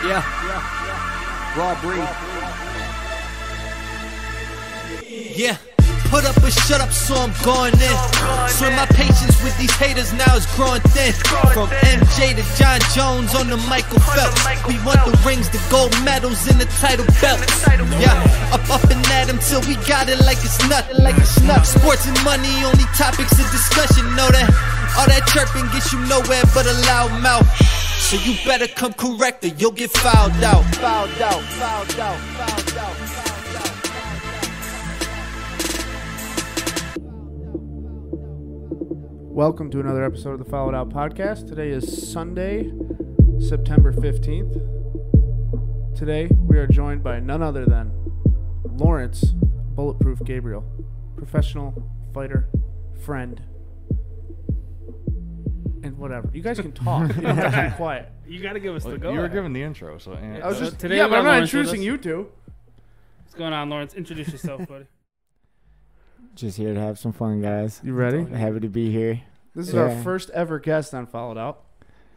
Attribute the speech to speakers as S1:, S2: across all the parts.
S1: Yeah. Raw breed.
S2: Yeah. Put up or shut up, so I'm going in. So my patience with these haters now is growing thin. From MJ to John Jones on the Michael Phelps. We want the rings, the gold medals, and the title belts. Yeah, up, up and at 'em till we got it like it's nothing. Like it's nothing. Sports and money, only topics of discussion. Know that all that chirping gets you nowhere but a loud mouth. So you better come correct or you'll get fouled out.
S1: Fouled out. Fouled out. Fouled out. Fouled out.
S3: Welcome to another episode of the Followed Out Podcast. Today is Sunday, September 15th. Today we are joined by none other than Lawrence Bulletproof Gabriel, professional fighter, friend, and whatever. You guys can talk. you don't have to be quiet.
S4: You got to give us the go.
S5: you were
S4: ahead.
S5: given the intro, so yeah.
S3: I was
S4: So
S3: just
S4: today
S3: yeah,
S4: we
S3: but
S4: got
S3: I'm not
S4: Lawrence with
S3: introducing
S4: us.
S3: you two.
S4: What's going on, Lawrence? Introduce yourself, buddy.
S6: Just here to have some fun, guys.
S3: You ready?
S6: Happy to be here.
S3: This is our
S6: Yeah.
S3: first ever guest on Followed Out.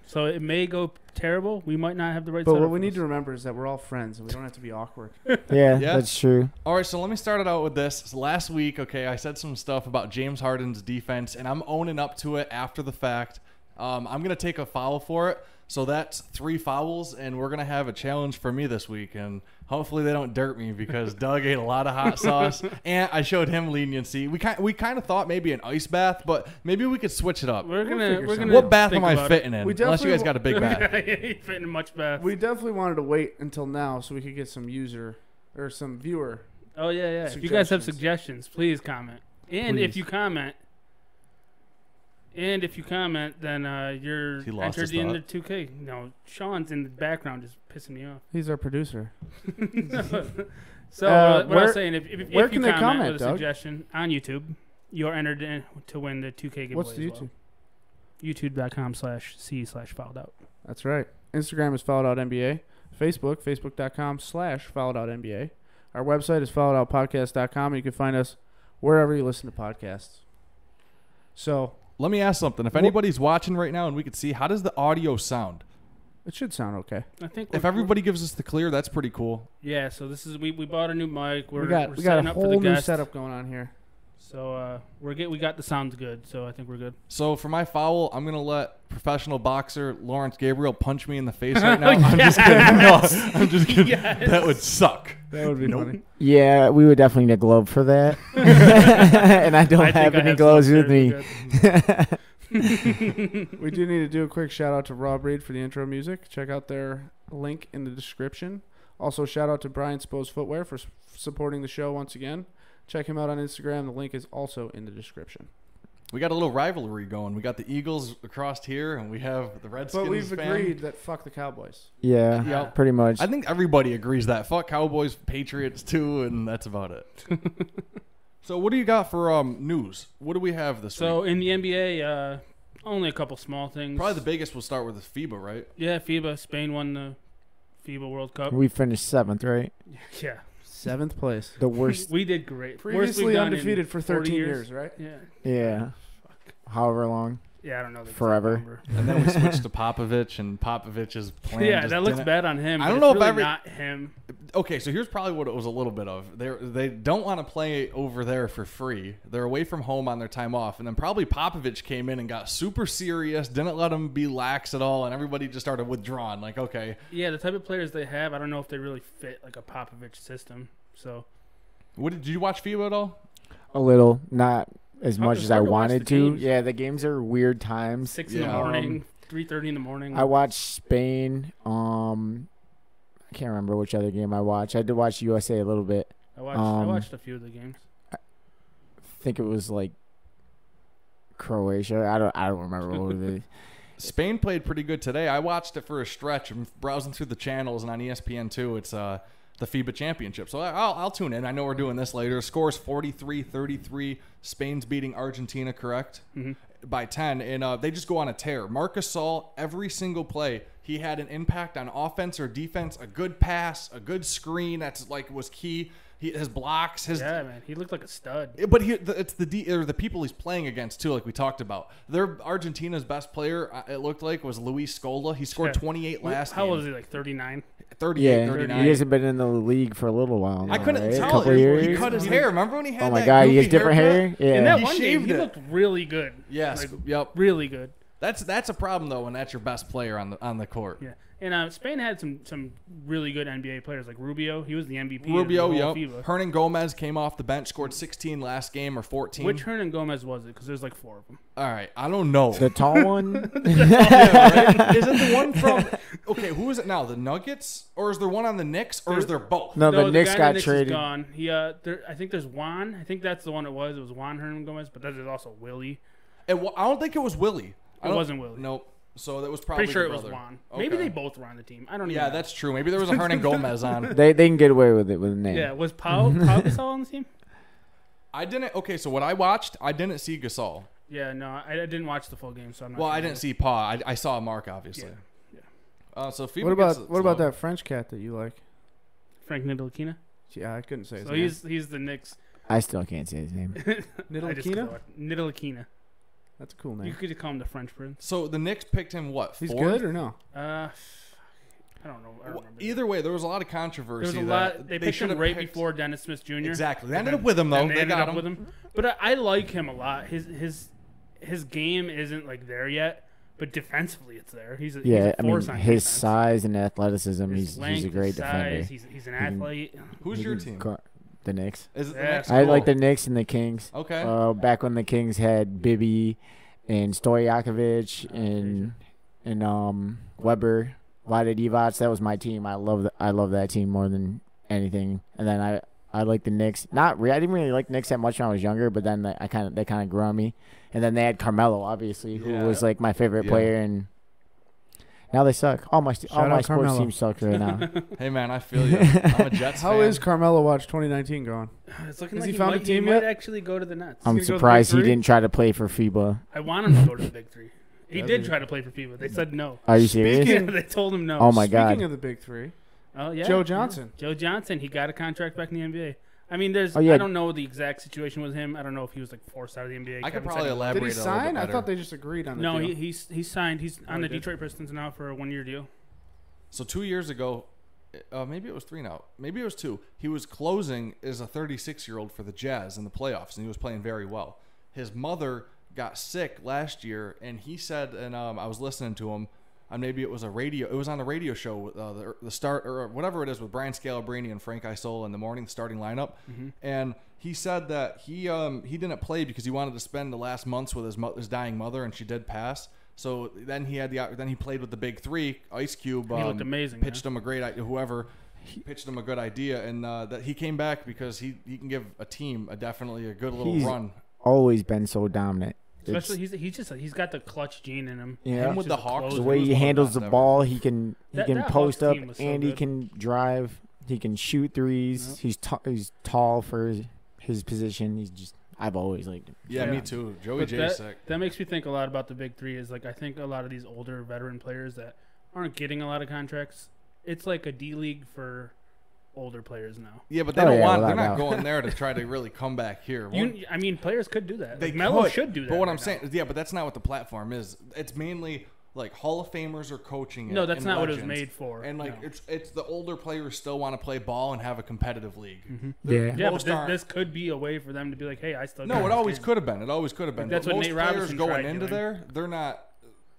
S4: So it may go terrible. We might not have the right.
S3: But
S4: setup
S3: what we
S4: for
S3: need
S4: this.
S3: to remember is that we're all friends and we don't have to be awkward.
S6: Yeah,
S5: Yeah.
S6: that's true.
S5: All right, so let me start it out with this. So last week, okay, I said some stuff about James Harden's defense, and I'm owning up to it after the fact. Um, I'm gonna take a foul for it, so that's three fouls, and we're gonna have a challenge for me this week, and hopefully they don't dirt me because Doug ate a lot of hot sauce, and I showed him leniency. We kind we kind of thought maybe an ice bath, but maybe we could switch it up.
S4: We're gonna. We're gonna.
S5: What bath
S4: think
S5: am I
S4: about
S5: fitting in?
S3: We
S5: Unless
S3: definitely
S5: you guys got a big bath.
S4: It. He fit in much bath.
S3: We definitely wanted to wait until now so we could get some user or some viewer.
S4: oh yeah, yeah. If you guys have suggestions, please comment. And if
S3: Please.
S4: you comment, and if you comment, then uh, you're
S5: He lost
S4: entered
S5: his
S4: in the
S5: thought.
S4: 2K. No, Sean's in the background, just pissing me off.
S3: He's our producer.
S4: so
S3: Uh,
S4: uh, what I
S3: where-
S4: was saying, if, if, if
S3: where
S4: you
S3: can they
S4: comment,
S3: comment,
S4: with a
S3: Doug?
S4: suggestion on YouTube, you're entered in to win the 2K giveaway.
S3: What's the
S4: as
S3: YouTube?
S4: Well. YouTube.com slash C slash filed out.
S3: That's right. Instagram is followed out NBA. Facebook, facebook.com slash followed out NBA. Our website is followed out podcast.com. You can find us wherever you listen to podcasts. So
S5: Let me ask something. If anybody's watching right now and we could see, how does the audio sound?
S3: it should sound okay.
S4: I think
S5: If
S4: we're-
S5: everybody gives us the clear, that's pretty cool.
S4: yeah. So this is we, we bought a new mic. We're,
S3: we got
S4: we're
S3: we got
S4: setting
S3: a
S4: up for
S3: whole
S4: the
S3: new
S4: guest.
S3: setup going on here.
S4: So uh, we're get we got the sounds good. So I think we're good.
S5: So for my foul, I'm gonna let professional boxer Lawrence Gabriel punch me in the face right now. I'm just kidding. No, I'm just kidding.
S4: Yes.
S5: That would suck.
S3: That would be funny.
S6: Yeah, we would definitely need a globe for that. and I don't
S4: I
S6: have
S4: think I
S6: any
S4: have
S6: gloves
S4: some
S6: with me.
S4: upstairs.
S3: we do need to do a quick shout out to Rob Reed for the intro music. Check out their link in the description. Also, shout out to Brian Spo's Footwear for s- supporting the show once again. Check him out on Instagram. The link is also in the description.
S5: We got a little rivalry going. We got the Eagles across here, and we have the Redskins.
S3: But we've
S5: fan.
S3: agreed that fuck the Cowboys.
S6: Yeah,
S5: Yeah.
S6: pretty much.
S5: I think everybody agrees that. Fuck Cowboys, Patriots too, and that's about it. so what do you got for um, news? What do we have this week?
S4: So in the NBA, uh, only a couple small things.
S5: Probably the biggest. We'll start with the FIBA, right?
S4: yeah. FIBA Spain won the FIBA World Cup.
S6: we finished seventh, right?
S4: yeah.
S3: Seventh place.
S6: The worst.
S4: We did great. Worst we've
S3: Previously
S4: done in
S3: undefeated for
S4: 40
S3: 13 years. right?
S4: Yeah.
S6: yeah. However long.
S4: Yeah, I don't know. the exact
S6: Forever.
S4: number.
S5: And then we switched to Popovich, and Popovich's plan.
S4: Yeah,
S5: just
S4: that looks
S5: didn't-
S4: bad on him.
S5: I
S4: but
S5: don't
S4: it's
S5: know if
S4: really
S5: every-
S4: not him.
S5: Okay, so here's probably what it was a little bit of. They they don't want to play over there for free. They're away from home on their time off, and then probably Popovich came in and got super serious, didn't let them be lax at all, and everybody just started withdrawing. Like, okay,
S4: Yeah, the type of players they have, I don't know if they really fit like a Popovich system. So
S5: what did, did you watch FIBA at all?
S6: A little. Not as
S4: Oh,
S6: much
S4: it's
S6: as
S4: hard
S6: I
S4: to watch the
S6: wanted to.
S4: games.
S6: Yeah, the games are weird times.
S4: six in
S5: Yeah.
S4: the morning, three thirty in the morning.
S6: um, I watched Spain. Um, I can't remember which other game I watched. I did watch USA a little bit.
S4: I watched. I
S6: um,
S4: watched a few of the games.
S6: think it was like Croatia. I don't. I don't remember what it is.
S5: Spain played pretty good today. I watched it for a stretch. I'm browsing through the channels, and on E ESPN two, it's uh, the FIBA Championship. So I- I'll, I'll tune in. I know we're doing this later. Scores 43-33. Spain's beating Argentina, correct? By ten, and uh, they just go on a tear. Marcus Saul, every single play, he had an impact on offense or defense. A good pass, a good screen. That's like was key. He, his blocks, his
S4: Yeah, man, he looked like a stud.
S5: But he, the, it's the D, or the people he's playing against too, like we talked about. Their Argentina's best player, uh, it looked like, was Luis Scola. He scored
S4: Yeah.
S5: 28 last.
S4: How old
S5: game.
S4: is he? Like 39.
S5: 38,
S6: Yeah,
S5: 39.
S6: he hasn't been in the league for a little while. Now,
S5: I couldn't
S6: right? A
S5: tell.
S6: couple
S5: It-
S6: years.
S5: He cut his hair. Remember when he had?
S6: oh my
S5: that
S6: god, he has
S5: goofy
S6: different
S5: haircut?
S6: hair.
S4: In
S6: Yeah,
S4: that
S5: He
S4: one game,
S5: shaved
S4: he
S5: it.
S4: looked really good.
S5: Yes.
S4: Like,
S5: yep.
S4: really good.
S5: That's that's a problem though when that's your best player on the on the court.
S4: Yeah, and uh, Spain had some some really good NBA players like Rubio. He was the MVP.
S5: Rubio,
S4: of the whole
S5: yep.
S4: FIBA.
S5: Hernan Gomez came off the bench, scored 16 last game or 14.
S4: Which Hernan Gomez was it? Because there's like four of them.
S5: All right, I don't know.
S6: the tall one.
S5: is it the one from? Okay, who is it now? The Nuggets, or is there one on the Knicks, or is there both?
S6: No, the
S4: guy
S6: Knicks
S4: in
S6: Oh, got
S4: is
S6: traded.
S4: Gone. He, uh, there, I think there's Juan. I think that's the one it was. It was Juan Hernan Gomez, but that is also Willie.
S5: It wa- I don't think it was Willie.
S4: It
S5: I don't-
S4: wasn't Willie.
S5: Nope. So that was probably
S4: Pretty sure
S5: the
S4: it was
S5: brother.
S4: Juan. Maybe
S5: Okay.
S4: they both were on the team. I don't even.
S5: Yeah,
S4: know.
S5: that's true. Maybe there was a Hernan Gomez on.
S6: They they can get away with it with a name.
S4: yeah. Was Pau Pau Gasol on the team?
S5: I didn't. Okay, so what I watched, I didn't see Gasol.
S4: Yeah, no, I, I didn't watch the full game, so I'm not.
S5: Well, I
S4: sure.
S5: didn't see Pa. I, I saw Mark obviously.
S4: Yeah, yeah.
S5: Uh, so FIBA
S3: What
S5: gets
S3: about
S5: it
S3: what about
S5: slow.
S3: that French cat that you like?
S4: Frank Ntilikina.
S3: Yeah, I couldn't say his
S4: So
S3: name.
S4: he's he's the Knicks.
S6: I still can't say his name.
S4: I just
S3: Ntilikina?
S4: Ntilikina.
S3: That's a cool
S4: You
S3: name.
S4: could just call him the French Prince.
S5: So the Knicks picked him what?
S3: He's
S5: fourth?
S3: good or no?
S4: Uh, I don't know. I don't
S5: Well,
S4: remember.
S5: Either way, there was a lot of
S4: There
S5: controversy.
S4: was a
S5: that
S4: lot. They, picked
S5: should
S4: him
S5: have
S4: right
S5: picked-
S4: before Dennis Smith Jr.
S5: Exactly. They
S4: And
S5: ended
S4: then-
S5: up with him though.
S4: and
S5: They,
S4: they, ended
S5: got
S4: up
S5: him.
S4: with him. But I, I like him a lot. His his his game isn't like there yet, but defensively it's there. He's a, he's
S6: Yeah,
S4: a
S6: I mean
S4: force on
S6: his
S4: defense.
S6: size and athleticism.
S4: His
S6: he's
S4: length,
S6: he's a
S4: his
S6: great
S4: size,
S6: defender.
S4: He's, he's an
S6: can-
S4: athlete.
S5: Who's
S6: He
S5: your
S6: can
S5: team?
S6: co- The Knicks.
S5: Is it the
S4: Yeah.
S5: Knicks?
S6: I like the
S5: Cool.
S6: Knicks and the Kings.
S5: Okay.
S6: Uh, back when the Kings had Bibby and Stoyakovich and and um Weber, Vlade Divac. That was my team. I love th- I love that team more than anything. And then I I like the Knicks. Not re- I didn't really like Knicks that much when I was younger, but then I kind of they kind of grew on me. And then they had Carmelo, obviously, who
S5: Yeah.
S6: was like my favorite
S5: Yeah.
S6: player and. Now they suck. All my st- all
S3: Shout
S6: my
S3: out
S6: sports
S3: Carmelo.
S6: teams suck right now.
S5: hey man, I feel you. I'm a Jets
S3: How
S5: fan.
S3: is Carmelo Watch 2019 going?
S4: It's looking
S3: Has
S4: like
S3: he
S4: he,
S3: found a
S4: might,
S3: team
S4: he might
S3: yet?
S4: actually go to the Nets.
S6: I'm
S3: He's gonna go to the
S6: surprised he
S3: three?
S6: didn't try to play for FIBA.
S4: I want him to go to the big three. He
S3: That'd
S4: did
S3: be-
S4: try to play for FIBA. They said no.
S6: Are you serious?
S4: Yeah, they told him no.
S6: Oh my
S3: Speaking
S6: god!
S3: of the big three,
S4: Oh yeah,
S3: Joe
S4: yeah.
S3: Johnson.
S4: Joe Johnson, he got a contract back in the NBA. I mean, there's.
S6: Oh, yeah.
S4: I don't know the exact situation with him. I don't know if he was like forced out of the NBA.
S5: I
S4: Kevin
S5: could
S4: said
S5: probably
S4: he-
S5: elaborate.
S3: did he
S5: a little
S3: sign?
S5: bit
S3: I
S5: better.
S3: thought they just agreed on the
S4: No,
S3: deal.
S4: he, he's he's signed. He's on
S3: he
S4: the
S3: did?
S4: Detroit Pistons now for a one year deal.
S5: So two years ago, uh, maybe it was three now. Maybe it was two. He was closing as a 36 year old for the Jazz in the playoffs, and he was playing very well. His mother got sick last year, and he said, and um, I was listening to him. And maybe it was a radio. It was on a radio show, uh, the, the start or whatever it is with Brian Scalabrine and Frank Isola in the morning, the starting lineup.
S4: Mm-hmm.
S5: And he said that he um, he didn't play because he wanted to spend the last months with his mo- his dying mother, and she did pass. So then he had the op- then he played with the big three, Ice Cube,
S4: He
S5: um,
S4: looked amazing,
S5: Pitched him a great idea. Whoever pitched him a good idea, and uh, that he came back because he, he can give a team a definitely a good little
S6: He's-
S5: run.
S6: always been so dominant. It's-
S4: Especially he's he's just he's got the clutch gene in him.
S6: Yeah.
S5: Him with the
S4: Just a
S5: Hawks,
S4: closer.
S6: the
S5: he
S6: way
S5: was
S6: he
S5: one of the
S6: handles
S5: best
S6: the
S5: ever.
S6: ball, he can he
S4: That-
S6: can
S4: that
S6: post
S4: Hawks
S6: up
S4: team was so
S6: and he
S4: good.
S6: can drive. He can shoot threes. He's t- he's tall for his, his position. He's just I've always liked him.
S5: Yeah,
S4: Yeah.
S5: me too. Joey
S4: But
S5: J is
S4: that,
S5: sick.
S4: that makes me think a lot about the big three. Is like I think a lot of these older veteran players that aren't getting a lot of contracts. It's like a D league for older players now.
S5: Yeah, but they
S6: Oh,
S5: don't
S6: yeah,
S5: want. They're
S6: without
S5: not
S6: doubt.
S5: going there to try to really come back here. One-
S4: You, I mean, players could do that.
S5: they
S4: Like, Melo
S5: could,
S4: should do that.
S5: But what
S4: right
S5: I'm
S4: now.
S5: saying, is yeah, but that's not what the platform is. It's mainly like Hall of Famers are coaching. It
S4: No, that's
S5: and
S4: not what it was
S5: legends.
S4: made for,
S5: And like
S4: no.
S5: it's it's the older players still want to play ball and have a competitive league.
S4: Mm-hmm.
S6: Yeah.
S4: Yeah, but
S5: Most
S4: this,
S5: aren't.
S4: this could be a way for them to be like, hey, I still.
S5: No, it always could have been. It always could have been.
S4: That's
S5: but
S4: what
S5: most
S4: Nate
S5: players
S4: Robinson
S5: going
S4: tried
S5: into
S4: doing.
S5: there, they're not.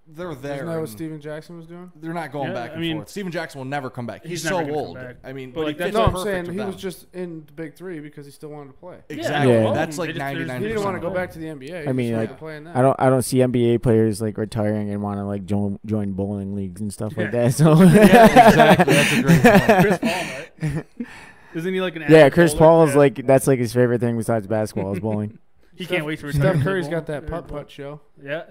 S5: They're there.
S3: Isn't that what
S5: and-
S3: Steven Jackson was doing?
S5: They're not going
S4: Yeah,
S5: back
S4: I
S5: and
S4: mean,
S5: forth. Steven Jackson will never come back. He's,
S4: he's
S5: so
S4: never gonna come
S5: old.
S4: back.
S5: I mean,
S4: But,
S5: but
S4: like,
S5: he
S4: that's
S5: fits
S4: what-
S3: No, I'm
S5: perfect
S3: saying
S5: with
S3: he was
S5: them.
S3: just in the big three because he still wanted to play.
S5: exactly.
S6: Yeah.
S5: That's
S4: They
S5: like
S4: just- there's-
S5: ninety nine.
S3: He
S4: He
S3: didn't want
S4: just
S3: to
S4: wanted
S3: go
S4: to
S3: back to the NBA. He
S6: I mean,
S3: just wanted
S6: like,
S3: to play in that.
S6: I don't I don't see NBA players like retiring and want to like join join bowling leagues and stuff like
S4: Yeah.
S6: that. So
S5: yeah, exactly. That's a great point.
S4: Chris Paul, right? Isn't he like an?
S6: yeah,
S4: avid
S6: Chris
S4: bowler?
S6: Paul is
S4: Yeah.
S6: like that's like his favorite thing besides basketball is bowling.
S4: He can't wait to retire.
S3: Steph
S4: to
S3: Curry's
S4: bowl.
S3: got that
S4: Yeah,
S3: putt
S4: bowl.
S3: putt show.
S4: Yeah,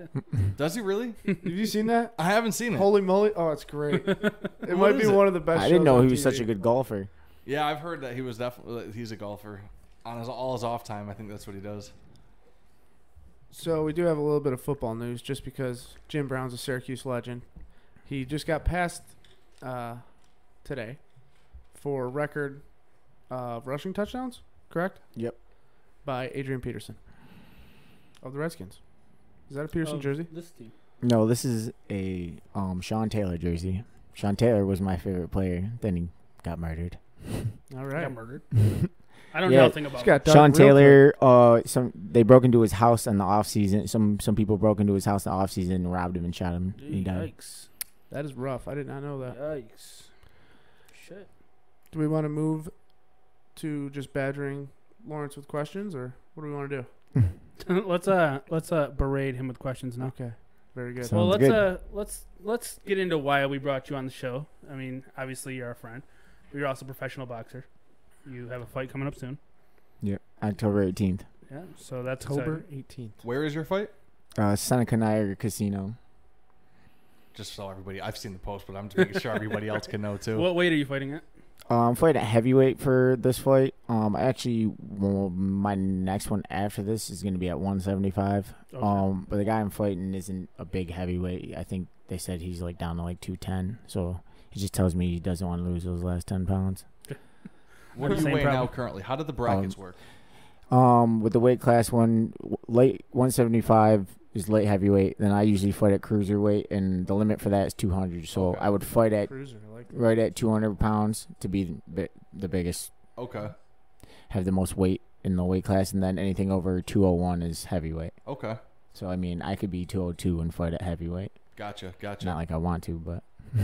S5: Does he really?
S3: Have you seen that?
S5: I haven't seen it.
S3: Holy moly! Oh, it's great. It
S5: What
S3: might be
S5: is it?
S3: one of the best.
S6: I didn't
S3: shows
S6: know
S3: on
S6: he was
S3: TV.
S6: such a good golfer.
S5: Yeah, I've heard that he was definitely he's a golfer. On his all his off time, I think that's what he does.
S3: So we do have a little bit of football news, just because Jim Brown's a Syracuse legend. He just got passed uh, today for record uh, rushing touchdowns, correct?
S6: Yep.
S3: By Adrian Peterson of the Redskins. Is that a Peterson
S4: Of
S3: jersey?
S4: Oh, This team.
S6: No, this is a um Sean Taylor jersey. Sean Taylor was my favorite player. Then he got murdered.
S3: All
S4: He
S3: right.
S4: Got murdered. I don't
S6: Yeah.
S4: know nothing about.
S3: He's got done
S6: Sean
S3: real quick.
S6: Taylor, uh, some they broke into his house in the off season. Some some people broke into his house in the off season and robbed him and shot him.
S4: it.
S6: He died.
S4: Yikes!
S3: That is rough. I did not know that.
S4: Yikes! Shit.
S3: Do we want to move to just badgering Lawrence with questions, or what do we want to do?
S4: let's uh let's uh berate him with questions now.
S3: Okay. Very good.
S6: So-
S4: well,
S6: Sounds
S4: let's
S6: good.
S4: uh let's let's get into why we brought you on the show. I mean, obviously you're our friend. but You're also a professional boxer. You have a fight coming up soon.
S6: October eighteenth,
S4: Yeah. So that's
S3: October
S4: exciting.
S3: 18th.
S5: Where is your fight?
S6: uh, Seneca Niagara Casino.
S5: Just so everybody, I've seen the post, but I'm just making sure everybody else can know too.
S4: What weight are you fighting at?
S6: Uh, I'm fighting at heavyweight for this fight. Um, I actually, well, my next one after this is going to be at 175.
S4: Okay.
S6: Um, but the guy I'm fighting isn't a big heavyweight. I think they said he's like down to like 210. So he just tells me he doesn't want to lose those last 10 pounds.
S5: what are you
S4: Same
S5: weighing
S4: problem.
S5: now currently? How did the brackets work?
S6: Um, with the weight class one, w- late 175 is light heavyweight. Then I usually fight at cruiserweight, and the limit for that is 200. So
S5: Okay.
S6: I would fight at
S3: Cruiser, I like that.
S6: right at 200 pounds to be the bi- the biggest
S5: Okay,
S6: have the most weight in the weight class, and then anything over 201 is heavyweight.
S5: okay,
S6: So I mean, I could be 202 and fight at heavyweight.
S5: gotcha, gotcha.
S6: Not like I want to, but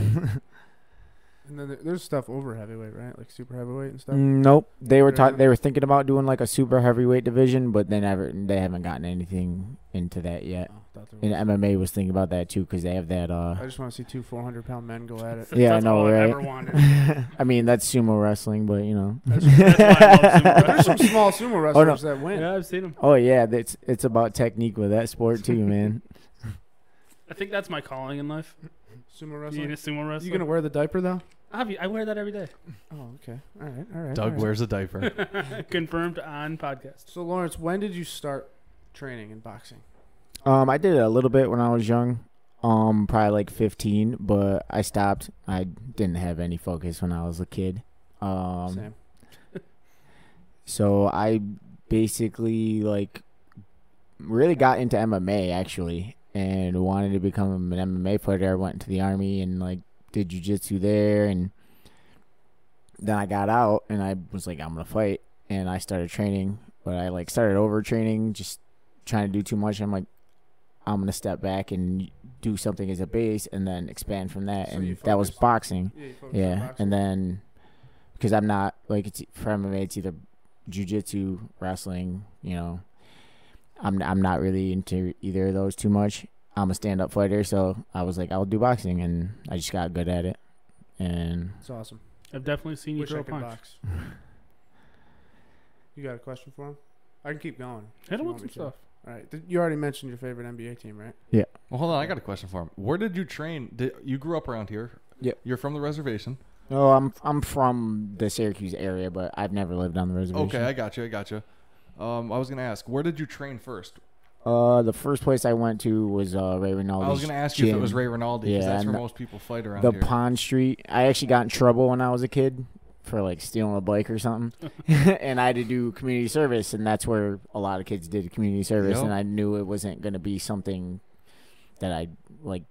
S3: And then there- there's stuff over heavyweight, right? Like super heavyweight and stuff.
S6: Mm, nope. They were
S3: There's
S6: talk-
S3: a-
S6: they were thinking about doing like a super heavyweight division, but they never they haven't gotten anything into that yet.
S3: Oh, thought there
S6: And
S3: was.
S6: MMA was thinking about that too because they have that.
S3: I
S6: Uh,
S3: just want to see two 400 pound men go at it.
S4: That's
S6: yeah, I know,
S4: all I've
S6: right?
S4: ever wanted.
S6: I mean, that's sumo wrestling, but you know.
S4: That's, that's why I
S3: There's
S4: love sumo
S3: some
S4: wrestling.
S3: small sumo wrestlers that win.
S4: yeah, I've seen him.
S6: Oh yeah, that's it's about technique with that sport too, man.
S4: I think that's my calling in life.
S3: Sumo
S4: Being
S3: wrestling.
S4: a sumo wrestler.
S3: You gonna wear the diaper though?
S4: Obvi- I wear that every day.
S3: Oh, okay. All right, all right. all
S5: Doug
S3: right.
S5: wears a diaper.
S4: Confirmed on podcast.
S3: So Lawrence, when did you start training in boxing?
S6: Um, I did it a little bit when I was young, um, probably like 15, but I stopped. I didn't have any focus when I was a kid. Um,
S3: Sam.
S6: so I basically like really got into MMA actually, and wanted to become an MMA fighter. I went into the army and like did jujitsu there, and then I got out and I was like, I'm gonna fight, and I started training, but I like started overtraining, just trying to do too much. I'm like, I'm gonna step back and do something as a base, and then expand from that,
S3: So you
S6: and that was
S3: focused.
S6: boxing.
S3: Yeah. you focused on
S6: Yeah,
S3: boxing.
S6: and then because I'm not like it's for MMA, it's either jujitsu, wrestling. You know, I'm I'm not really into either of those too much. I'm a stand up fighter, so I was like, I'll do boxing, and I just got good at it. And
S3: it's awesome.
S4: I've definitely seen you
S3: Wish I
S4: throw a
S3: could
S4: punch.
S3: box. you got a question for him? I can keep going. if
S4: Hit him
S3: you
S4: with
S3: want
S4: some
S3: me to.
S4: stuff.
S3: All right. Th- You already mentioned your favorite NBA team, right?
S5: well, hold on, I got a question for him. Where did you train? Did, you grew up around here.
S6: Yep.
S5: You're from the reservation.
S6: no, oh, I'm I'm from the Syracuse area, but I've never lived on the reservation.
S5: Okay, I got you. I got you. Um, I was gonna ask, where did you train first?
S6: Uh, the first place I went to was uh, Ray Rinaldi's.
S5: I was gonna ask you if it
S6: gym.
S5: was Ray Rinaldi because
S6: Yeah,
S5: that's where
S6: and the-
S5: most people fight around
S6: the
S5: here.
S6: Pond Street. I actually got in trouble when I was a kid for like stealing a bike or something, and I had to do community service, and that's where a lot of kids did community service,
S5: Yep.
S6: and I knew it wasn't going to be something that I like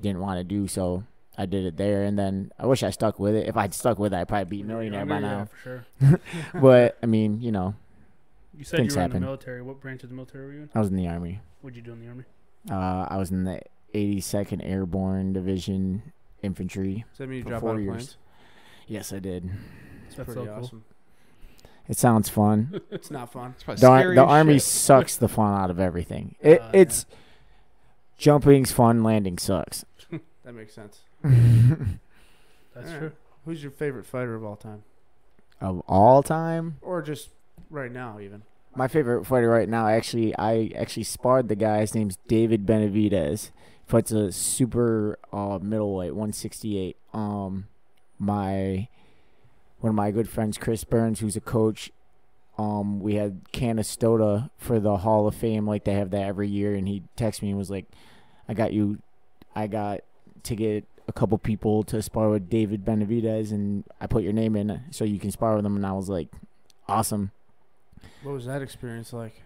S6: didn't want to do, so I did it there, and then I wish I stuck with it. If I'd stuck with it, I'd probably be a millionaire
S4: Yeah,
S6: by now.
S4: for sure.
S6: but I mean, you know,
S4: You said
S6: Things
S4: you were in
S6: happen.
S4: the military. What branch of the military were you in?
S6: I was in the army.
S4: What'd you do in the army?
S6: Uh, I was in the 82nd Airborne Division Infantry.
S3: Does that mean you
S6: For
S3: drop
S6: four
S3: out of
S6: years.
S3: planes?
S6: Yes, I did.
S3: It's pretty
S4: That's so cool.
S3: awesome.
S6: It sounds fun.
S3: It's not fun.
S5: It's probably
S6: the, ar-
S5: scary
S6: the
S5: as
S6: army
S5: shit.
S6: sucks the fun out of everything. It,
S4: Uh,
S6: it's jumping's fun, landing sucks.
S3: That makes sense.
S4: That's
S3: Alright.
S4: true.
S3: Who's your favorite fighter of all time,
S6: of all time,
S3: or just right now even?
S6: my favorite fighter right now actually I actually sparred the guy. His name's David Benavidez. Fights a super uh, middleweight, 168. Um, my one of my good friends, Chris Burns, who's a coach. Um, we had Canastota for the Hall of Fame, like they have that every year, and he texted me and was like, "I got you, I got to get a couple people to spar with David Benavidez, and I put your name in so you can spar with him. And I was like, awesome.
S3: What was that experience like?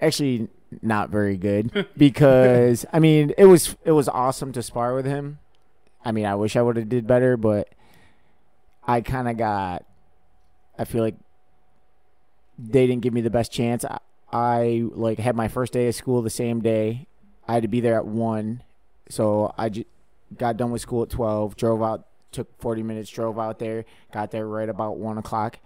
S6: Actually, not very good because I mean it was it was awesome to spar with him. I mean, I wish I would have did better, but I kind of got. I feel like they didn't give me the best chance. I, I like had my first day of school the same day. I had to be there at one, so I ju- got done with school at twelve. Drove out, took forty minutes. Drove out there, got there right about one o'clock.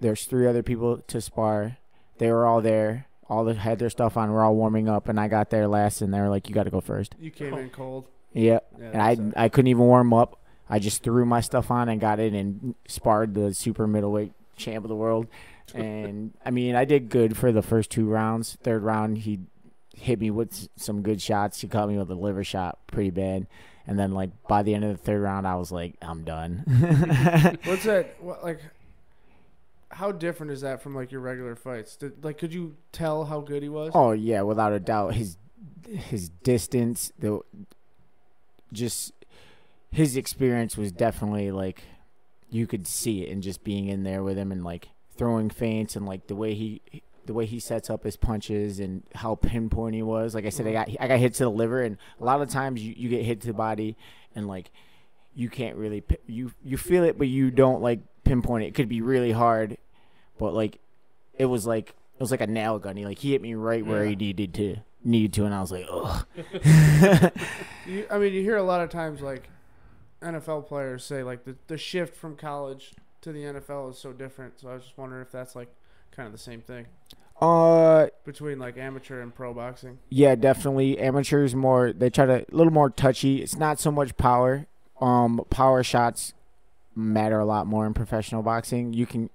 S6: There's three other people to spar. They were all there. All the, had their stuff on. We're all warming up, and I got there last, and they were like, "You got to go first.
S3: You came in cold.
S6: Yeah,
S3: Yeah,
S6: and
S3: that
S6: I
S3: sucks.
S6: I couldn't even warm up. I just threw my stuff on and got in and sparred the super middleweight champ of the world. And I mean, I did good for the first two rounds. Third round, he hit me with s- some good shots. He caught me with a liver shot pretty bad. And then like by the end of the third round, I was like, I'm done.
S3: What's that? What like? How different is that from like your regular fights? Did, like, could you tell how good he was?
S6: oh yeah, without a doubt, his his distance, the just his experience was definitely like you could see it and just being in there with him and like throwing feints and like the way he the way he sets up his punches and how pinpoint he was. Like I said, I got I got hit to the liver and a lot of times you, you get hit to the body and like you can't really pi- you you feel it but you don't like pinpoint it. It could be really hard, but like it was like it was like a nail gun. He like he hit me right where he needed to need to and I was like, ugh.
S3: You, I mean, you hear a lot of times like NFL players say like the the shift from college to the NFL is so different. So I was just wondering if that's like kind of the same thing
S6: Uh
S3: between like amateur and pro boxing.
S6: Yeah, definitely. Amateurs more they try to a little more touchy. It's not so much power. Um power shots matter a lot more in professional boxing. You can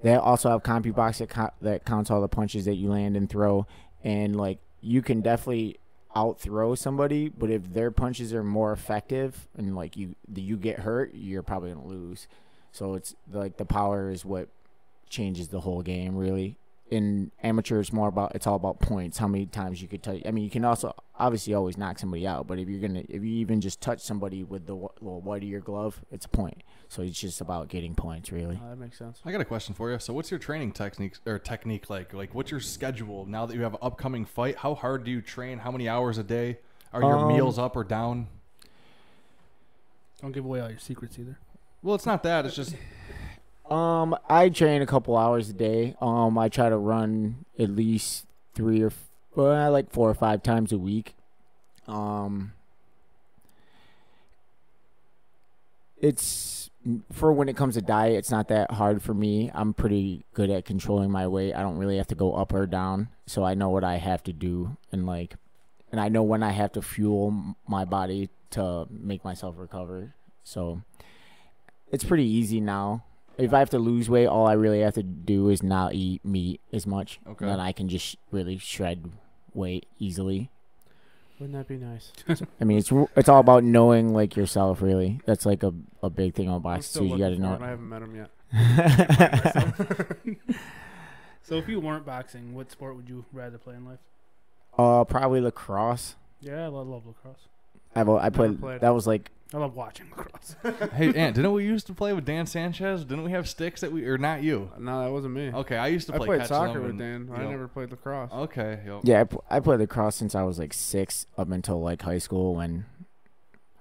S6: they also have CompuBox that co- that counts all the punches that you land and throw and like you can definitely out throw somebody, but if their punches are more effective and like you you get hurt, you're probably going to lose. So it's like the power is what changes the whole game really in amateur it's more about it's all about points how many times you could touch i mean you can also obviously always knock somebody out but if you're gonna if you even just touch somebody with the wh- little white of your glove it's a point so it's just about getting points really
S3: Oh, that makes sense.
S5: I got a question for you. So, what's your training technique or technique like? Like, what's your schedule now that you have an upcoming fight? How hard do you train? How many hours a day? Are your
S6: Um,
S5: meals up or down?
S4: Don't give away all your secrets either.
S5: Well, it's not that. It's just
S6: um i train a couple hours a day um i try to run at least three or f- well, like four or five times a week um it's for when it comes to diet, it's not that hard for me. I'm pretty good at controlling my weight. I don't really have to go up or down, so I know what I have to do and like, and I know when I have to fuel m- my body to make myself recover. So it's pretty easy now. If I have to lose weight, all I really have to do is not eat meat as much,
S5: Okay.
S6: and then I can just really shred weight easily.
S3: Wouldn't that be nice?
S6: I mean, it's it's all about knowing like yourself, really. That's like a, a big thing on box too. You got to
S3: looking
S6: know
S3: for him. I haven't met him yet.
S4: So if you weren't boxing, what sport would you rather play in life?
S6: Uh, probably lacrosse.
S4: Yeah, I love, love lacrosse.
S6: I've, I played,
S3: played.
S6: That was like
S4: I love watching lacrosse.
S5: hey, Ant, didn't we used to play with Dan Sanchez? Didn't we have sticks that we or not you?
S3: No, that wasn't me.
S5: Okay, I used to
S3: I
S5: play
S3: played
S5: catch
S3: soccer
S5: them
S3: with Dan.
S5: and-
S3: I
S5: Yep.
S3: never played lacrosse.
S5: Okay, yep.
S6: yeah. I, pl- I played lacrosse since I was like six up until like high school when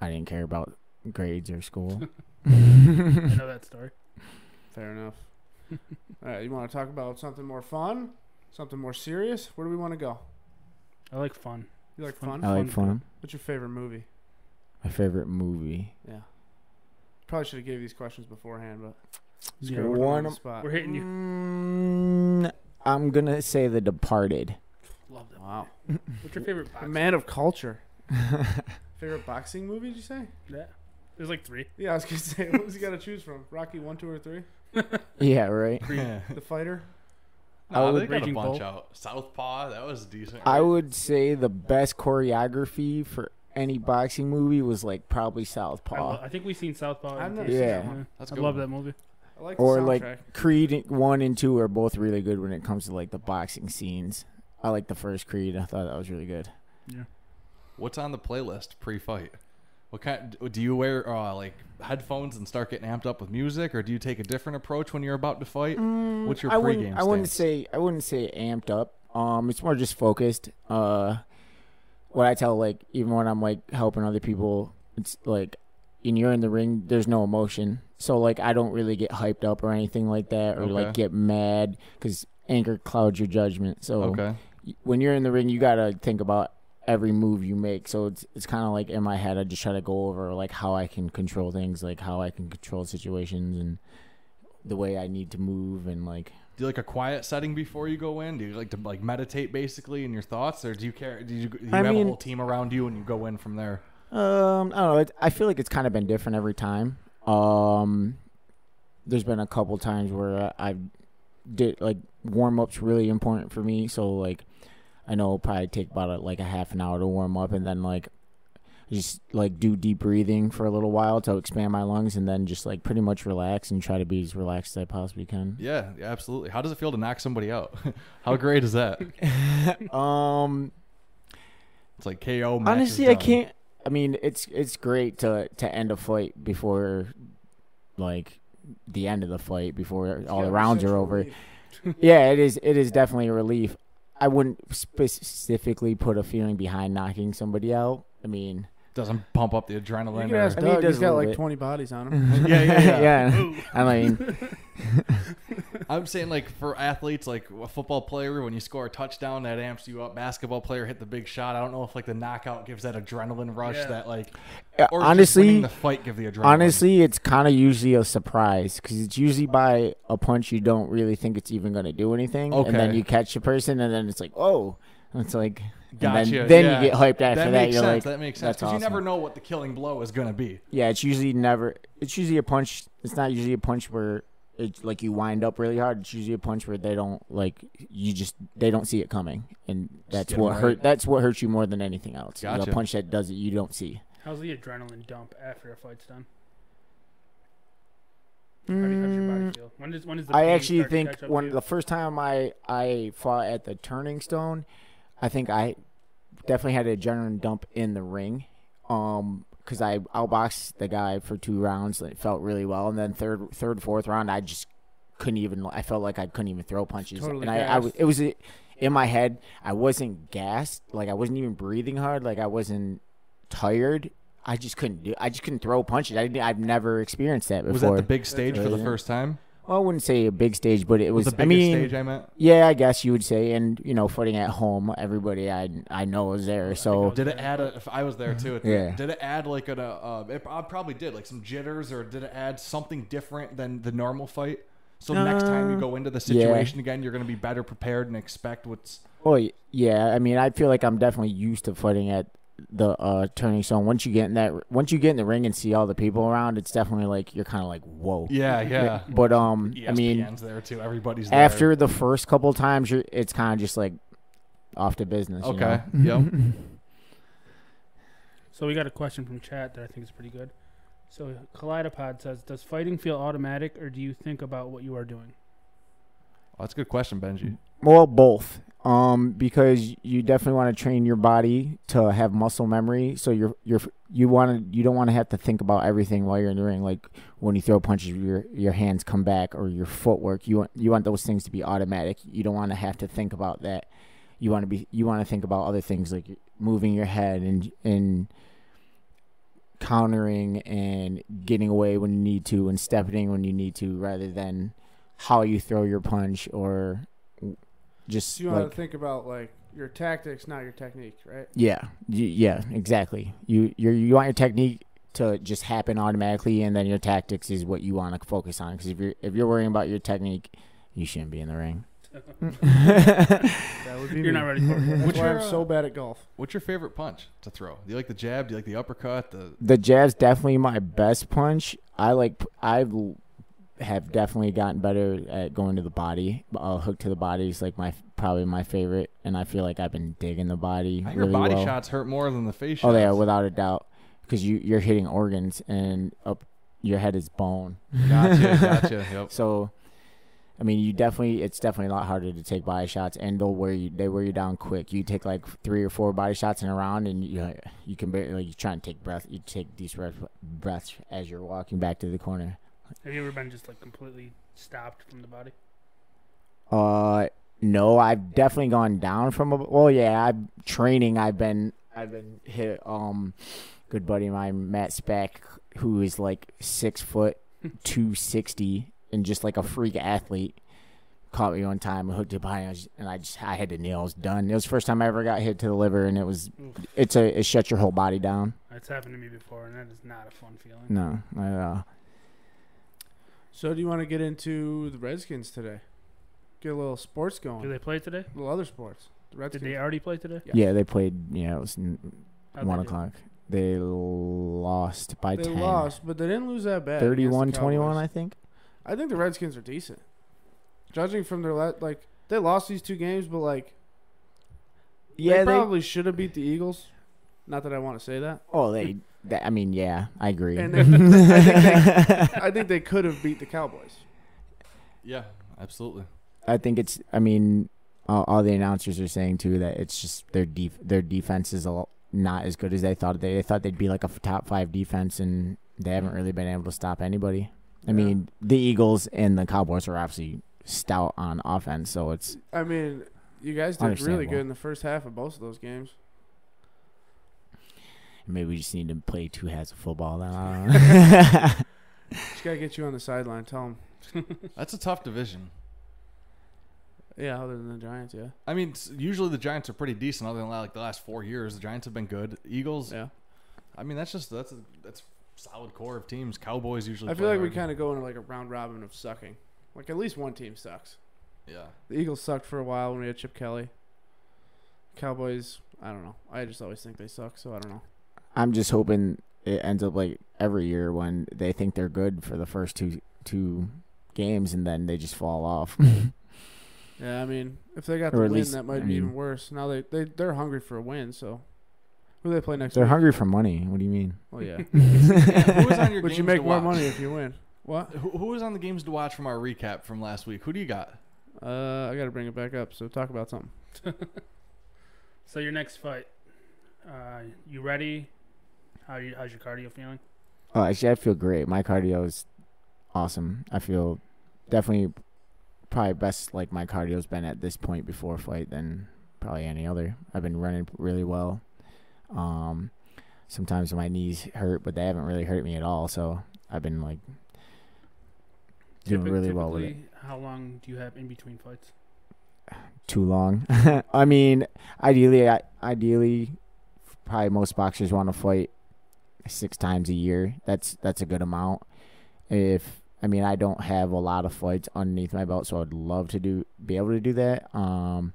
S6: I didn't care about grades or school.
S4: I know that story.
S3: Fair enough. All right, you want to talk about something more fun, something more serious? Where do we want to go?
S4: I like fun.
S3: You like
S4: Fun.
S3: fun?
S6: I like fun.
S3: What's your favorite movie?
S6: My favorite movie.
S3: Yeah. Probably should have gave you these questions beforehand, but
S4: Yeah,
S3: screw it,
S4: we're-
S3: we're doing it on
S6: one
S3: the
S6: of-
S3: spot.
S4: We're hitting you.
S6: Mm, I'm gonna say The Departed.
S4: Love that.
S3: Wow.
S4: What's your favorite
S3: A
S4: boxing?
S3: man of culture. favorite boxing movie? Did you say?
S4: Yeah. There's like three.
S3: Yeah, I was gonna say. What was you gotta choose from? Rocky one, two, or three?
S6: Yeah, right.
S5: Yeah.
S3: The Fighter.
S5: Nah, they
S6: I would-
S5: got a
S4: Raging
S5: bunch
S4: Bull.
S5: out. Southpaw, that was decent.
S6: I would say the best choreography for any boxing movie was like probably
S4: I, lo-
S6: Southpaw
S4: I think we've seen Southpaw.
S3: I've
S4: in
S3: never
S4: theaters.
S6: seen that
S4: Yeah.
S3: one.
S5: That's
S4: I
S5: good
S4: love
S5: one.
S4: that movie.
S3: I like
S6: or
S3: the soundtrack.
S6: like Creed one and two are both really good when it comes to like the boxing scenes. I like the first Creed. I thought that was really good.
S5: What's on the playlist pre-fight? What kind? Do you wear uh, like headphones and start getting amped up with music, or do you take a different approach when you're about to fight? What's your
S6: Mm, I
S5: pregame?
S6: wouldn't, I wouldn't
S5: stance?
S6: say I wouldn't say amped up. Um, it's more just focused. Uh, what I tell like even when I'm like helping other people, it's like, and you're in the ring, there's no emotion. So like I don't really get hyped up or anything like that, or like
S5: Okay.
S6: get mad because anger clouds your judgment. So
S5: Okay.
S6: y- when you're in the ring, you gotta think about every move you make. So it's it's kind of like in my head, I just try to go over like how I can control things, like how I can control situations and the way I need to move and like
S5: Do you like a quiet setting before you go in? Do you like to like meditate basically in your thoughts, or do you care? Do you, do you
S6: I
S5: have a
S6: mean-
S5: whole team around you and you go in from there?
S6: Um, I don't know. It, I feel like it's kind of been different every time. Um, there's been a couple times where I, I did like warm ups really important for me. So like, I know it'll probably take about a, like a half an hour to warm up, and then like just like do deep breathing for a little while to expand my lungs, and then just like pretty much relax and try to be as relaxed as I possibly can.
S5: Yeah, yeah, absolutely. How does it feel to knock somebody out? How great is that?
S6: Um,
S5: It's like KO. match is
S6: honestly i
S5: done.
S6: can't i mean it's it's great to to end a fight before like the end of the fight before all the rounds are over yeah it is it is definitely a relief i wouldn't specifically put a feeling behind knocking somebody out i mean
S5: Doesn't pump up the
S3: You
S5: adrenaline.
S3: can ask
S5: or-
S6: uh, I mean, he
S3: Doug.
S6: does
S3: He's
S6: a
S3: got
S6: little
S3: like
S6: bit.
S3: 20 bodies on him.
S5: yeah, yeah, yeah.
S6: i mean
S5: I'm saying like for athletes, like a football player, when you score a touchdown, that amps you up. Basketball player hit the big shot. I don't know if like the knockout gives that adrenaline rush.
S4: Yeah.
S5: That like or does winning
S6: honestly
S5: the fight give the adrenaline.
S6: honestly it's kind of usually a surprise because it's usually by a punch you don't really think it's even going to do anything and then
S5: Okay.
S6: you catch the person and then it's like oh And it's like and
S5: Gotcha,
S6: then, then
S5: yeah.
S6: you get hyped after
S5: that
S6: that,
S5: makes
S6: you're
S5: sense.
S6: like
S5: that makes sense
S6: "That's
S5: because you never
S6: awesome."
S5: know what the killing blow is gonna be.
S6: Yeah, it's usually never. It's usually a punch. It's not usually a punch where it's like you wind up really hard. It's usually a punch where they don't like you. Just they don't see it coming, and that's
S5: get 'em
S6: what
S5: right.
S6: hurt. That's what hurts you more than anything else. is
S5: Gotcha.
S6: A punch that does it you don't see.
S4: How's the adrenaline dump after a fight's done? How do you, how's your body
S3: Mm.
S4: feel? When does when does the
S6: I
S4: pain
S6: actually
S4: start to
S6: think
S4: catch up to
S6: when
S4: you?
S6: the first time I I fought at the Turning Stone, I think I definitely had an adrenaline dump in the ring, um, because I outboxed the guy for two rounds and it felt really well, and then third third fourth round I just couldn't even. I felt like I couldn't even throw punches,
S3: Totally
S6: and I, I was
S3: gassed.
S6: it was a, in my head. I wasn't gassed, like I wasn't even breathing hard, like I wasn't tired. I just couldn't do. I just couldn't throw punches. I didn't, I've never experienced that before.
S5: Was that the big stage for the
S6: Yeah.
S5: first time?
S6: Well, I wouldn't say a big stage, but it was.
S5: the
S6: I
S5: biggest
S6: mean,
S5: stage I meant.
S6: yeah, I guess you would say, and you know, fighting at home, everybody I I know is there. So
S5: Did it add? A, if I was there too. It,
S6: Oh. Mm-hmm. Yeah.
S5: Did it add like an? Uh, uh, it prob- probably did, like some jitters, or did it add something different than the normal fight? So next time you go into the
S6: yeah.
S5: situation again, you're going to be better prepared and expect what's.
S6: Oh y- yeah, I mean, I feel like I'm definitely used to fighting at the uh, turning zone. Once you get in that, once you get in the ring and see all the people around, it's definitely like you're kind of like whoa.
S5: Yeah, E yeah.
S6: But um, I mean,
S5: ESPN's there too. Everybody's there.
S6: after the first couple times, you're it's kind of just like off to business. you
S5: Okay.
S6: know?
S5: Yep.
S4: So we got a question from chat that I think is pretty good. So Kaleidopod says, "Does fighting feel automatic, or do you think about what you are doing?"
S5: Oh, that's a good question, Benji.
S6: Well, both. Um, because you definitely want to train your body to have muscle memory. So you're you're you want to you don't want to have to think about everything while you're in the ring. Like when you throw punches, your your hands come back or your footwork. You want you want those things to be automatic. You don't want to have to think about that. You want to be you want to think about other things like moving your head and and countering and getting away when you need to and stepping when you need to rather than how you throw your punch or just
S3: So you want
S6: like
S3: to think about like your tactics, not your technique, right?
S6: yeah, you, yeah, exactly. You you you want your technique to just happen automatically, and then your tactics is what you want to focus on. Because if you're if you're worrying about your technique, you shouldn't be in the ring.
S3: That would be.
S4: You're
S3: me.
S4: not ready for it.
S3: That's
S5: What's
S3: why
S5: your,
S3: I'm
S5: uh,
S3: so bad at golf.
S5: What's your favorite punch to throw? Do you like the jab? Do you like the uppercut? The
S6: The jab's definitely my best punch. I like I have definitely gotten better at going to the body. Uh, hook to the body is like my probably my favorite, and I feel like I've been digging the body
S5: I hear
S6: really
S5: body
S6: well.
S5: shots hurt more than the face
S6: Oh
S5: shots.
S6: yeah, without a doubt, because you you're hitting organs and up your head is bone.
S5: gotcha, gotcha. Yep.
S6: So I mean, you definitely it's definitely a lot harder to take body shots, and they'll wear you they wear you down quick. You take like three or four body shots in a round, and you you can barely like, you try and take breath. You take deep breath, breaths as you're walking back to the corner.
S4: Have you ever been just like completely stopped from the body?
S6: Uh, no, I've definitely gone down from a. Well, yeah, I'm training. I've been I've been hit. Um, good buddy of mine, Matt Speck, who is like six foot two sixty and just like a freak athlete, caught me one time, hooked it behind, and I, was, and I just I had to kneel. I was done. It was the first time I ever got hit to the liver, and it was it's a it shuts your whole body down.
S4: That's happened to me before, and that is not a fun feeling.
S6: No, uh, not at all.
S3: So do you want to get into the Redskins today? Get a little sports
S4: Do
S3: going.
S4: they play today?
S3: little other sports. The
S4: Did
S3: Redskins.
S4: they already play today?
S3: Yeah.
S6: Yeah, they played. Yeah, it was n-
S4: How'd
S6: one
S4: they do?
S6: o'clock. They lost by
S3: They
S6: ten.
S3: lost, but they didn't lose that bad. against the
S6: 31 21,
S3: Cowboys.
S6: I think.
S3: I think the Redskins are decent. Judging from their la- like they lost these two games, but like they
S6: Yeah, they.
S3: probably should have beat the Eagles. Not that I want to say that.
S6: oh, they, they. I mean, yeah, I agree.
S3: And they, I, think they, I think they could have beat the Cowboys.
S5: Yeah, absolutely.
S6: I think it's. I mean, all, all the announcers are saying too that it's just their def- their defense is a lo- not as good as they thought. They, they thought they'd be like a f- top five defense, and they haven't really been able to stop anybody. I
S3: Yeah.
S6: mean, the Eagles and the Cowboys are obviously stout on offense, so it's
S3: I mean, you guys did really
S6: Understandable.
S3: good in the first half of both of those games.
S6: maybe we just need to play two halves of football. Then I don't know.
S3: Just gotta get you on the sideline. Tell them.
S5: That's a tough division.
S3: Yeah, other than the Giants, yeah,
S5: I mean, s- usually the Giants are pretty decent. Other than like the last four years, the Giants have been good. Eagles.
S3: yeah.
S5: I mean, that's just that's a, that's solid core of teams. Cowboys usually.
S3: I feel
S5: play
S3: like we
S5: hard.
S3: kind of go into like a round robin of sucking. Like at least one team sucks.
S5: Yeah.
S3: The Eagles sucked for a while when we had Chip Kelly. Cowboys, I don't know. I just always think they suck, so I don't know.
S6: I'm just hoping it ends up like every year when they think they're good for the first two two games and then they just fall off.
S3: Yeah, I mean, if they got the
S6: Or at
S3: win,
S6: least-
S3: that might
S6: I
S3: be even
S6: mean-
S3: worse. Now they they they're hungry for a win, so who do they play next?
S6: they're
S3: week?
S6: hungry for money. What do you mean?
S3: Well, yeah,
S5: Who was on your
S3: but
S5: games
S3: you make
S5: to
S3: more
S5: watch?
S3: money if you win. What?
S5: Who, who was on the games to watch from our recap from last week? Who do you got?
S3: Uh, I got to bring it back up. So talk about something.
S4: So your next fight, uh, you ready? How you, how's your cardio feeling?
S6: Oh, actually, I feel great. My cardio is awesome. I feel definitely probably best like my cardio's been at this point before a fight than probably any other. I've been running really well. Um, sometimes my knees hurt, but they haven't really hurt me at all. So I've been like doing
S4: Typi-
S6: really well with it.
S4: typically, How long do you have in between fights?
S6: too long. I mean, ideally, I, ideally, probably most boxers want to fight six times a year. That's that's a good amount. If I mean, I don't have a lot of fights underneath my belt, so I'd love to do be able to do that. Um,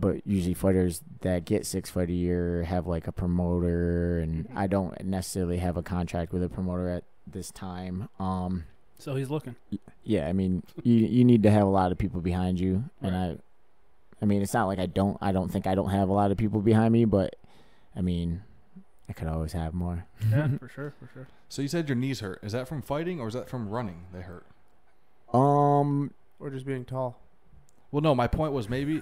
S6: but usually fighters that get six fight a year have like a promoter, and I don't necessarily have a contract with a promoter at this time. Um,
S4: So he's looking.
S6: yeah, I mean, you you need to have a lot of people behind you, and I, I mean, it's not like I don't. I don't think I don't have a lot of people behind me, but I mean, I could always have more.
S4: Yeah, for sure, for sure.
S5: So you said your knees hurt. Is that from fighting or is that from running? They hurt.
S6: Um,
S3: Or just being tall.
S5: Well, no. My point was maybe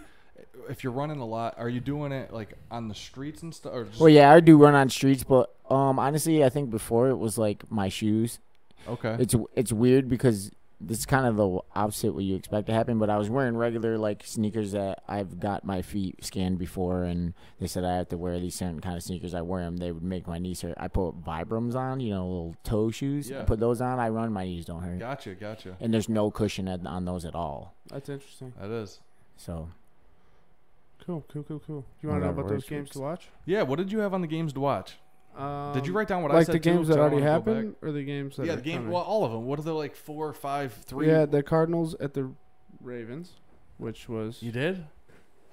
S5: if you're running a lot, are you doing it like on the streets and stuff? Or just,
S6: well, yeah, I do run on streets, but um, honestly, I think before it was like my shoes.
S5: Okay.
S6: It's it's weird because this is kind of the opposite what you expect to happen. But I was wearing regular like sneakers that I've got my feet scanned before, and they said I have to wear these certain kind of sneakers. I wear them, they would make my knees hurt. I put Vibrams on, you know, little toe shoes. I
S5: Yeah.
S6: put those on. I run, my knees don't hurt,
S5: Gotcha. Gotcha.
S6: and there's no cushion at, on those at all.
S3: That's interesting.
S5: That is.
S6: So
S3: Cool, cool, cool, cool. Do you want to know
S6: Whatever
S3: about those
S6: works,
S3: games to watch?
S5: Yeah. What did you have on the games to watch?
S3: Um,
S5: Did you write down what I
S3: like
S5: said?
S3: the
S5: too?
S3: games
S5: 'Cause
S3: that
S5: I
S3: already
S5: wanna go back.
S3: happened, or the games that
S5: yeah,
S3: are
S5: the game.
S3: coming?
S5: Well, all of them. What are they like? Four, five, three.
S3: Yeah, the Cardinals at the Ravens, which was
S5: You did?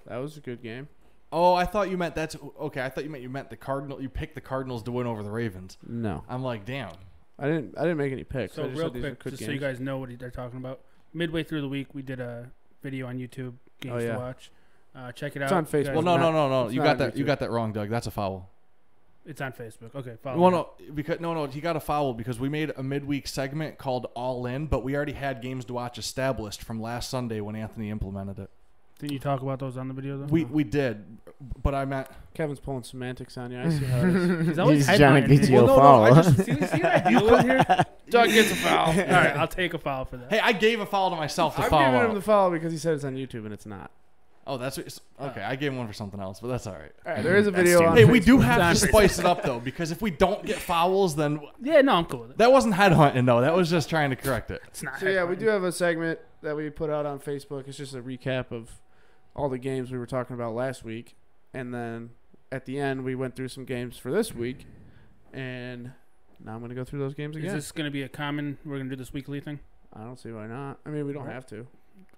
S3: that was a good game.
S5: Oh, I thought you meant that's okay. I thought you meant you meant the Cardinal. You picked the Cardinals to win over the Ravens.
S3: No, I'm,
S5: I'm like, damn.
S3: I didn't. I didn't make any picks. I
S4: So
S3: just
S4: real
S3: said these are
S4: quick,
S3: good
S4: just so
S3: games.
S4: you guys know what they're talking about. Midway through the week, we did a video on YouTube games
S3: Oh, yeah.
S4: to watch. Uh, check it
S3: It's
S4: out.
S3: on
S4: You guys-
S3: Facebook.
S5: Well, no,
S3: not-
S5: no, no, no.
S3: it's
S5: You
S3: not
S5: got
S3: on
S5: that. You
S3: YouTube.
S5: got that wrong, Doug. That's a foul.
S4: It's on Facebook. Okay,
S3: Oh,
S4: follow.
S5: Well,
S4: me.
S5: no, because no, no, he got a foul because we made a midweek segment called All In, but we already had games to watch established from last Sunday when Anthony implemented it.
S4: Didn't you talk about those on the video though?
S3: Uh-huh.
S5: We we did, but I meant
S3: Kevin's pulling semantics on you. I see how it is.
S4: He's always
S6: He's trying to
S4: headlining.
S6: get you a
S4: Well,
S6: foul.
S4: no, no, I just, see, see what I deal with here? Doug gets a foul. All right, I'll take a foul for that.
S5: hey, I gave a foul to myself to
S3: I'm
S5: foul.
S3: giving him
S5: out.
S3: the follow because he said it's on YouTube and it's not.
S5: oh, that's what, okay. I gave one for something else, but that's all right.
S3: All right, there is a video on
S5: Hey, we do have to
S4: Exactly.
S5: spice it up though, because if we don't get fouls, then
S4: Yeah, no, I'm cool with it.
S5: that wasn't headhunting though. That was just trying to correct it.
S4: It's not.
S3: So yeah, we
S4: headlining.
S3: do have a segment that we put out on Facebook. It's just a recap of all the games we were talking about last week, and then at the end we went through some games for this week, and now I'm gonna go through those games
S4: Is
S3: again.
S4: this going to be a common? We're going to do this weekly thing.
S3: I don't see why not. I mean, we don't
S4: Right.
S3: have to.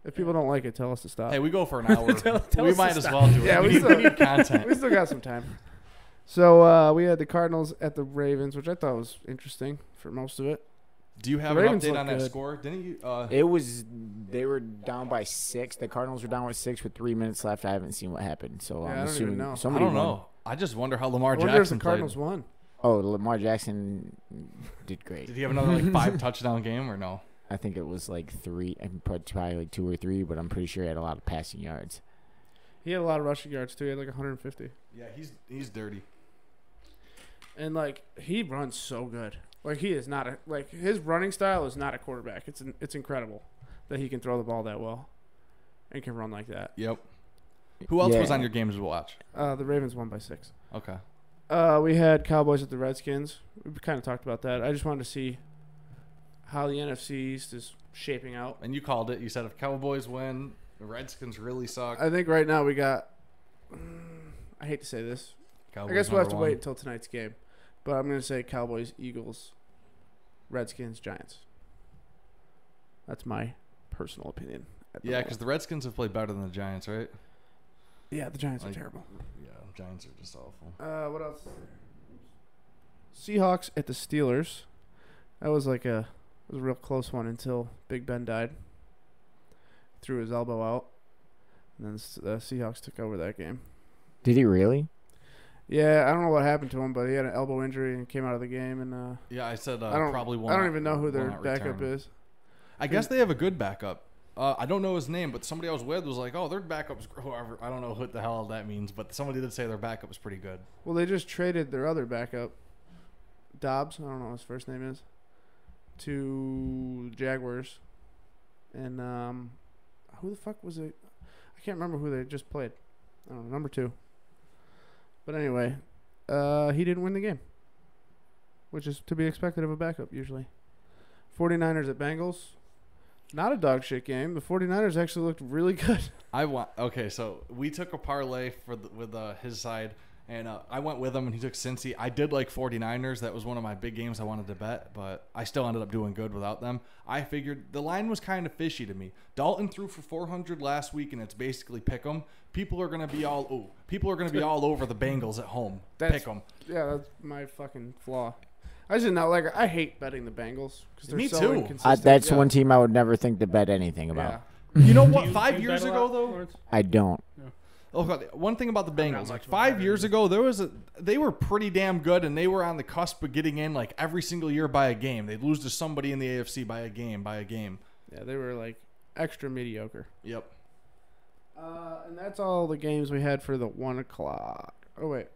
S3: If people don't like it, tell us to stop.
S5: Hey, we go for an hour.
S4: Tell- tell
S5: we
S4: us to
S5: might as
S4: stop.
S5: well do it.
S3: Yeah,
S5: we,
S3: we
S5: need, we
S3: still-
S5: need content.
S3: we still got some time. So uh, we had the Cardinals at the Ravens, which I thought was interesting for most of it.
S5: Do you have
S3: The
S5: an
S3: Ravens
S5: update
S3: look
S5: on that
S3: good.
S5: score? Didn't you? Uh,
S6: It was they were down by six. The Cardinals were down with six with three minutes left. I haven't seen what happened,
S3: Yeah, I
S6: so I'm
S3: don't even
S6: assuming
S3: know. I
S5: I
S6: somebody.
S5: don't
S6: won.
S5: know. I just wonder how Lamar
S3: I wonder if
S5: Jackson
S3: the
S5: played.
S3: Cardinals won.
S6: Oh, Lamar Jackson did great.
S5: Did he have another like five touchdown game or no?
S6: I think it was like three, I mean, prob- probably like two or three, but I'm pretty sure he had a lot of passing yards.
S3: He had a lot of rushing yards too. He had like 150,
S5: Yeah, he's he's dirty.
S3: and like he runs so good. Like he is not a like his running style is not a quarterback. It's in it's incredible that he can throw the ball that well, and can run like that.
S5: Yep. Who else
S6: Yeah.
S5: was on your games to watch?
S3: Uh, the Ravens won by six.
S5: Okay.
S3: Uh, we had Cowboys at the Redskins. We kind of talked about that. I just wanted to see how the NFC East is shaping out.
S5: And you called it. You said if Cowboys win, the Redskins really suck.
S3: I think right now we got. I hate to say this.
S5: Cowboys
S3: I guess we'll have to
S5: number
S3: wait
S5: one.
S3: until tonight's game, but I'm gonna say Cowboys, Eagles, Redskins, Giants. That's my personal opinion. at the
S5: Yeah,
S3: moment.
S5: because the Redskins have played better than the Giants, right?
S3: yeah, the Giants are
S5: like-
S3: terrible.
S5: Yeah, Giants are just awful.
S3: Uh, what else? Seahawks at the Steelers. That was like a it was a real close one until Big Ben died. Threw his elbow out, and then the S- the Seahawks took over that game.
S6: Did he really?
S3: Yeah, I don't know what happened to him, but he had an elbow injury and came out of the game. And uh,
S5: Yeah, I said uh,
S3: I don't
S5: probably won't.
S3: I don't even know who their backup is.
S5: I guess they have a good backup. Uh, I don't know his name, but somebody I was with was like, "Oh, their backup's whoever." I don't know what the hell that means, but somebody did say their backup was pretty good.
S3: Well, they just traded their other backup, Dobbs. I don't know what his first name is, to Jaguars, and um, who the fuck was it? I can't remember who they just played. I don't know, number two. But anyway, uh, he didn't win the game, which is to be expected of a backup usually. 49ers at Bengals. Not a dog shit game. The 49ers actually looked really good.
S5: I want. Okay, so we took a parlay for the, with uh, his side, and uh, I went with him, and he took Cincy. I did like 49ers. That was one of my big games I wanted to bet, but I still ended up doing good without them. I figured the line was kind of fishy to me. Dalton threw for 400 last week, and it's basically pick 'em. People are gonna be all ooh. People are gonna be all over the Bengals at home.
S3: That's-
S5: pick 'em.
S3: Yeah, that's my fucking flaw. I just not like. I hate betting the Bengals because they're
S5: Me
S3: so
S5: too.
S3: inconsistent.
S6: I, Uh, that's
S3: yeah.
S6: one team I would never think to bet anything about.
S3: Yeah.
S5: You know
S4: Do
S5: what?
S4: you-
S5: Five
S4: do you
S5: years
S4: bet a
S5: ago,
S4: lot,
S5: though,
S4: Lawrence?
S6: I don't.
S5: Oh, God. One thing about the
S4: much
S5: Bengals, like
S4: of a
S5: five
S4: fan.
S5: years ago, there was a they were pretty damn good, and they were on the cusp of getting in like every single year by a game. They'd lose to somebody in the AFC by a game, by a game.
S3: Yeah, they were like extra mediocre.
S5: Yep.
S3: Uh, and that's all the games we had for the one o'clock. Oh wait,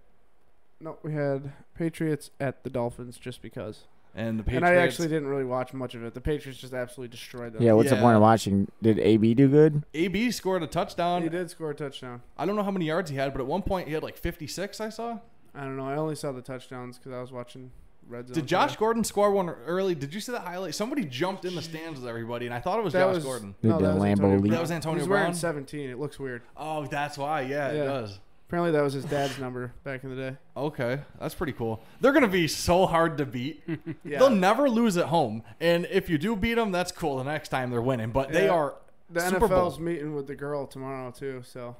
S3: no, we had Patriots at the Dolphins just because.
S5: And the Patriots.
S3: And I actually didn't really watch much of it. The Patriots just absolutely destroyed them.
S6: Yeah, what's
S5: Yeah.
S6: the point of watching? Did AB do good?
S5: AB scored a touchdown.
S3: he did score a touchdown.
S5: I don't know how many yards he had, but at one point he had like 56. I saw.
S3: I don't know. I only saw the touchdowns because I was watching Red Zone.
S5: Did Josh Gordon score one early? Did you see that highlight? Somebody jumped in the stands with everybody, and I thought it was
S3: That
S5: Josh
S3: was-
S5: Gordon.
S6: Did
S3: No,
S6: the
S3: that was
S6: Lambo
S3: Antonio
S6: leak?
S5: That was Antonio
S3: He's wearing
S5: Brown.
S3: seventeen. It looks weird.
S5: Oh, that's why. yeah,
S3: Yeah.
S5: it does.
S3: Apparently, that was his dad's number back in the day.
S5: Okay, that's pretty cool. They're gonna be so hard to beat.
S3: Yeah.
S5: They'll never lose at home, and if you do beat them, that's cool. The next time they're winning, but they
S3: Yeah.
S5: are.
S3: The
S5: Super Bowl.
S3: NFL's meeting with the girl tomorrow too, so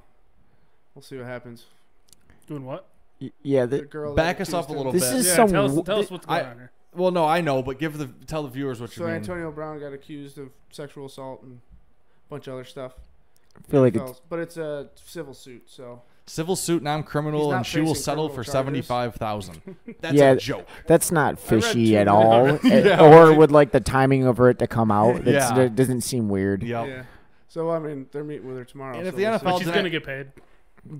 S3: we'll see what happens.
S4: Doing what?
S6: Y- Yeah,
S3: The
S6: th-
S3: girl
S5: Back
S3: that
S5: us up a
S3: accused
S5: little
S3: him-
S6: this
S5: bit.
S6: is
S4: Yeah,
S6: some.
S4: tell us,
S6: w-
S4: tell us what's going
S5: I-
S4: on here.
S5: Well, no, I know, but give the tell the viewers what
S3: So
S5: you mean.
S3: Antonio Brown got accused of sexual assault and a bunch of other stuff.
S6: I feel like it's
S3: Fells- but it's a civil suit, so
S5: Civil suit,
S3: He's
S5: non-criminal,
S3: not
S5: and she will
S3: facing
S5: settle
S3: criminal
S5: for
S3: charges.
S5: seventy-five thousand. That's
S6: Yeah.
S5: a joke.
S6: That's not fishy
S3: two
S6: at all, Eh,
S5: Yeah.
S6: or with like the timing of it to come out. That's,
S5: Yeah.
S6: That doesn't seem weird.
S5: Yep.
S3: Yeah. So I mean, they're meeting with her tomorrow.
S5: And if
S3: so
S5: the
S3: we'll see.
S5: NFL
S4: She's
S5: didn't-
S4: gonna get paid.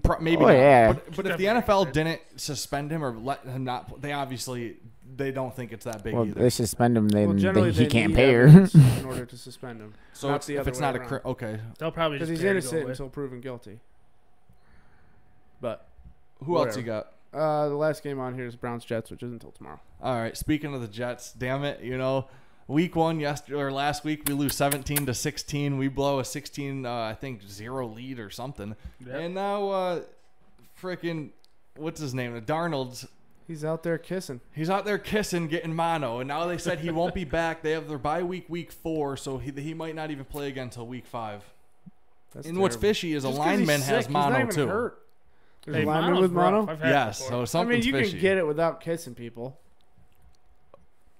S5: Pro- maybe
S6: Oh,
S5: not.
S6: yeah.
S5: But, but if the
S4: Definitely.
S5: NFL didn't suspend him or let him not, pl- they obviously they don't think it's that big
S6: Well,
S5: either.
S6: they suspend him, then
S3: Well, generally,
S6: they, he
S3: they
S6: can't
S3: need
S6: pay her.
S3: evidence in order to suspend him
S5: so
S3: not
S5: it's,
S3: the
S5: if
S3: other
S5: it's
S3: way
S5: not a
S3: around.
S5: cri- okay,
S4: They'll probably
S3: because he's
S4: just pay her to go
S3: innocent
S4: away.
S3: until proven guilty. But
S5: who else you
S3: Whatever.
S5: got?
S3: uh, the last game on here is Browns Jets, which isn't until tomorrow.
S5: All right. Speaking of the Jets, damn it, you know, week one yesterday or last week we lose seventeen to sixteen. We blow a sixteen, uh, I think zero lead or something.
S4: Yep.
S5: And now, uh, freaking, what's his name? Darnold's
S3: He's out there kissing.
S5: He's out there kissing, getting mono, and now they said he won't be back. They have their bye week, week four, so he, he might not even play again until week five.
S3: That's
S5: and what's
S3: terrible.
S5: fishy is a
S3: Just 'cause he's
S5: lineman
S3: sick,
S5: has
S3: he's not
S5: mono
S3: even
S5: too.
S3: hurt. There's
S4: Hey,
S3: a lineman
S4: mono's
S3: with
S4: rough.
S3: mono.
S4: I've had it
S5: Yes, so
S4: before.
S3: I mean,
S5: something's
S3: you
S5: fishy.
S3: can get it without kissing people.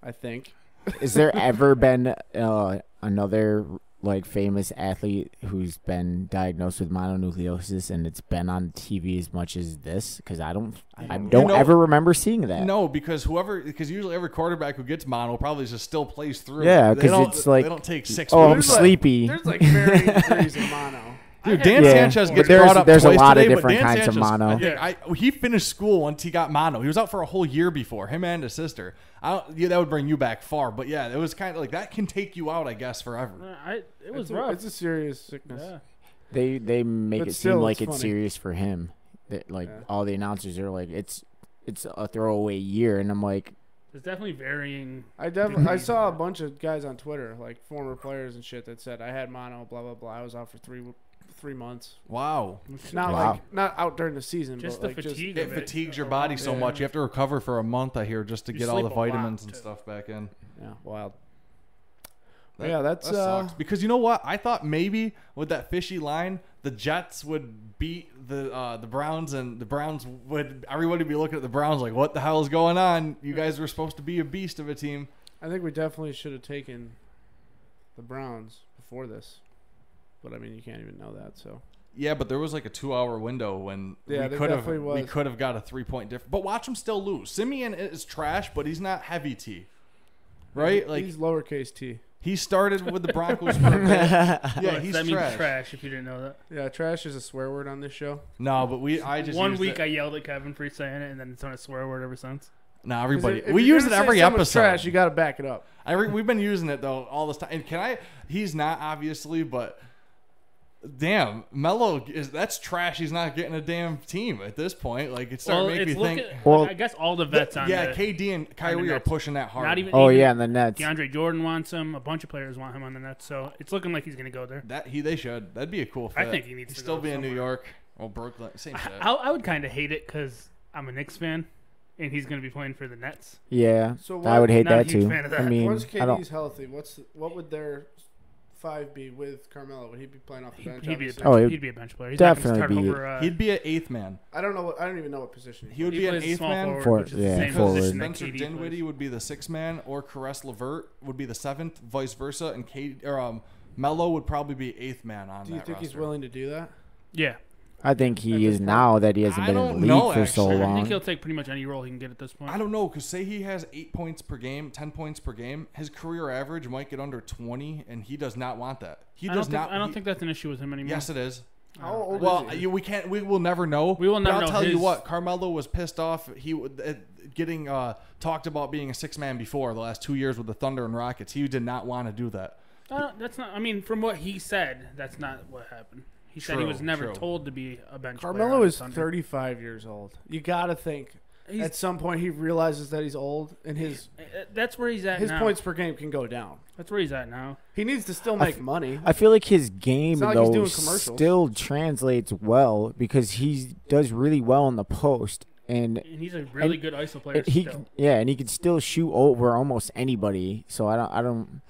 S3: I think.
S6: Is there ever been uh, another like famous athlete who's been diagnosed with mononucleosis and it's been on TV as much as this? Because I don't, I
S3: You
S6: don't
S5: know-
S6: ever remember seeing that.
S5: No, because whoever, because usually every quarterback who gets mono probably just still plays through.
S6: Yeah,
S5: They
S6: 'cause
S5: don't-
S6: it's like,
S5: they don't take six.
S6: oh, I'm
S5: weeks.
S3: There's like-
S6: sleepy.
S3: There's like varying degrees of mono.
S5: Dude, Dan
S6: Yeah.
S5: Sanchez
S6: But
S5: gets
S6: there's-
S5: brought up
S6: there's a
S5: twice
S6: lot of
S5: today, but
S6: different
S5: Dan
S6: kinds of
S5: Sanchez-
S6: mono.
S5: I think I- he finished school once he got mono. He was out for a whole year before him and his sister. I don't, yeah, that would bring you back far, but yeah, it was kind of like that can take you out, I guess, forever.
S4: I, it was
S3: It's a,
S4: rough.
S3: it's a serious sickness.
S4: yeah.
S6: They they make
S3: But
S6: it
S3: still,
S6: seem like
S3: it's
S6: it's
S3: funny.
S6: serious for him. That like
S3: Yeah.
S6: all the announcers are like it's it's a throwaway year, and I'm like,
S4: There's definitely varying.
S3: I definitely I
S4: Degrees of
S3: saw a
S4: that.
S3: bunch of guys on Twitter, like former players and shit, that said I had mono, blah blah blah. I was out for three three months.
S5: Wow,
S3: Not
S6: Wow.
S3: like not out during the season,
S4: Just
S3: but like
S4: the fatigue.
S5: it
S4: of
S5: fatigues your body so
S3: Yeah.
S5: much. You have to recover for a month, I hear, just to
S4: You
S5: get all the
S4: sleep a lot,
S5: vitamins and
S4: too.
S5: stuff back in.
S3: just yeah, wild.
S5: That-
S3: yeah, that's
S5: That
S3: uh,
S5: sucks. Because you know what? I thought maybe with that fishy line, the Jets would beat the uh, the Browns, and the Browns would everybody would be looking at the Browns like, "What the hell is going on? You guys were supposed to be a beast of a team."
S3: I think we definitely should have taken the Browns before this, but I mean you can't even know that. So
S5: Yeah, but there was like a two-hour window when
S3: Yeah,
S5: we
S3: there
S5: could have
S3: definitely
S5: we
S3: was.
S5: could have got a three-point difference. But watch them still lose. Simeon is trash, but he's not heavy T, right? Like
S3: he's lowercase t.
S5: he started with the Broncos. for a bit. Yeah,
S4: Well,
S5: he's
S4: that
S5: trash.
S4: means trash. If you didn't know that.
S3: Yeah, trash is a swear word on this show.
S5: No, but we I just
S4: One
S5: used
S4: week
S5: It.
S4: I yelled at Kevin for saying it, and then it's on a swear word ever since.
S5: No,
S3: 'Cause
S5: everybody.
S3: if- if
S5: We
S3: you're
S5: use it
S3: gonna say
S5: every
S3: someone's
S5: episode.
S3: Trash, you got to back it up.
S5: I re- we've been using it though all this time. And can I? He's not obviously, but damn, Melo is that's trash. He's not getting a damn team at this point. Like it's starting
S4: well,
S5: to
S4: it's
S5: make me
S4: look
S5: think.
S4: at-
S6: Well-
S4: I guess all the vets on the-
S5: yeah, KD and Kyrie are
S4: Nets.
S5: pushing that hard.
S4: not even.
S6: oh
S4: even
S6: yeah, and the Nets.
S4: DeAndre Jordan wants him. A bunch of players want him on the Nets, so it's looking like he's going to go there.
S5: that he they should. That'd be a cool.
S4: I
S5: Fit.
S4: think he needs
S5: He'd
S4: to
S5: still
S4: go
S5: be in New
S4: somewhere.
S5: York or Brooklyn. Same shit.
S4: I, I would kind of hate it because I'm a Knicks fan, and he's going to be playing for the Nets.
S6: Yeah,
S3: So
S6: I
S3: what-
S6: would hate
S4: not a
S6: that
S4: huge
S6: too.
S4: fan of
S6: I
S4: that.
S6: mean,
S3: Once
S6: I don't.
S3: KD's healthy, what's what would their five be with Carmelo? Would he be playing off the
S4: He'd,
S3: bench?
S4: he'd be a bench,
S3: obviously?
S6: Oh, he'd
S4: he'd be a bench player. He's not gonna
S6: definitely be-
S4: start over. Uh,
S5: He'd be an eighth man.
S3: I don't know. What, I don't even know what position.
S5: He would
S4: he
S5: be an
S4: plays
S5: eighth
S4: small
S5: man.
S6: For-
S4: forward, which is
S6: yeah,
S4: the same
S6: forward.
S5: Because
S4: position that
S5: Spencer
S4: KD plays.
S5: Dinwiddie would be the sixth man, or Caress Levert would be the seventh, vice versa, and Kate or um, Mello would probably be eighth man on
S3: Do you
S5: that
S3: think he's
S5: roster.
S3: willing to do that?
S4: Yeah,
S6: I think he is now that he hasn't
S5: I
S6: been
S5: don't
S6: in the
S5: know,
S6: league for
S5: actually.
S6: so
S5: I think
S4: I think
S6: long.
S4: he'll take pretty much any role he can get at this point.
S5: I don't know because say he has eight points per game, ten points per game, his career average might get under twenty, and he does not want that. He
S4: I
S5: does
S4: don't
S5: not.
S4: think, I don't
S5: he-
S4: think that's an issue with him anymore.
S5: Yes, it is.
S3: How old
S5: Well,
S3: is he?
S5: you, we can't. We will never know.
S4: We will
S5: But
S4: never
S5: I'll
S4: know.
S5: tell you
S4: His-
S5: what, Carmelo was pissed off. He w- at getting uh, talked about being a six man before the last two years with the Thunder and Rockets. He did not want to do that.
S4: Uh, that's not. I mean, from what he said, that's not what happened. He said he
S5: True,
S4: was never
S5: true.
S4: told to be a bench. player
S3: Carmelo
S4: on
S3: is
S4: the Thunder.
S3: 35 years old. You got to think
S4: He's-
S3: at some point he realizes that he's old and his
S4: Uh, That's where he's at.
S3: his
S4: now.
S3: points per game can go down.
S4: That's where he's at now.
S3: He needs to still
S6: I
S3: make
S6: f-
S3: money.
S6: I feel like his game
S3: It's not like he's
S6: though
S3: doing commercials.
S6: still translates well because he does really well in the post, and
S4: And he's a really good ISO player.
S6: And he
S4: still.
S6: can- yeah, and he could still shoot over almost anybody. So I don't I don't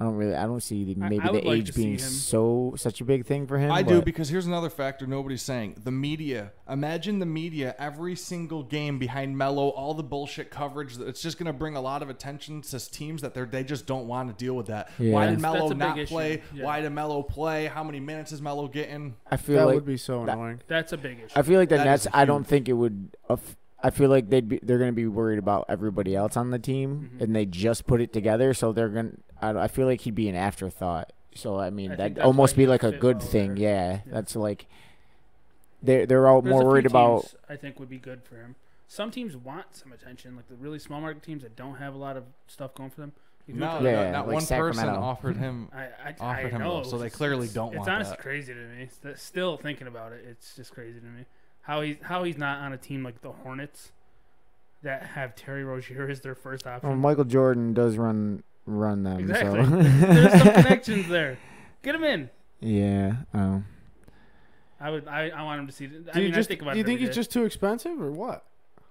S6: I don't really. I don't see the,
S4: I-
S6: maybe
S4: I would
S6: the
S4: like
S6: age
S4: to see
S6: being
S4: him.
S6: so such a big thing for him.
S5: I do
S6: but
S5: because here's another factor nobody's saying: the media. Imagine the media every single game behind Melo, all the bullshit coverage. that- It's just going to bring a lot of attention to teams that they they just don't want to deal with that.
S6: Yeah.
S5: Why did
S6: That's-
S5: Melo
S4: that's a big
S5: not
S4: issue.
S5: play?
S4: Yeah.
S5: Why did Melo play? How many minutes is Melo getting?
S6: I feel
S3: That
S6: like
S3: would be so
S6: that-
S3: annoying.
S4: That's a big issue.
S6: I feel like the
S5: That is
S6: Nets.
S5: a
S6: I don't think it would. aff- I feel like they'd be. They're gonna be worried about everybody else on the team,
S4: Mm-hmm.
S6: and they just put it together. So they're gonna. I, don't- I feel like he'd be an afterthought. So I
S4: I
S6: mean,
S4: think
S6: that'd
S4: that's
S6: almost
S4: why
S6: be
S4: he
S6: like a
S4: fit
S6: good
S4: well
S6: thing.
S4: there.
S6: Yeah,
S4: Yeah.
S6: that's like. They're they're all
S4: There's a
S6: more
S4: few
S6: worried about.
S4: teams I think would be good for him. Some teams want some attention, like the really small market teams that don't have a lot of stuff going for them. You can
S5: No,
S4: look at-
S5: no,
S6: Yeah,
S5: not
S6: like
S5: one person
S6: Sacramento.
S5: offered him.
S4: I, I, I
S5: offered him
S4: know.
S5: love, so they
S4: It's-
S5: clearly
S4: it's-
S5: don't
S4: It's
S5: want
S4: honestly
S5: that.
S4: crazy to me. St- Still thinking about it, it's just crazy to me how he's how he's not on a team like the Hornets that have Terry Rozier as their first
S3: Oh,
S6: Well,
S4: option.
S6: Michael Jordan does run run them.
S4: exactly. There's
S6: So.
S4: some connections there. Get him in.
S6: yeah. Um,
S4: I would. I, I want him to see. I
S3: Do you
S4: mean,
S3: just
S4: I think about.
S3: do
S4: it
S3: you think
S4: every
S3: he's
S4: day.
S3: just too expensive or what?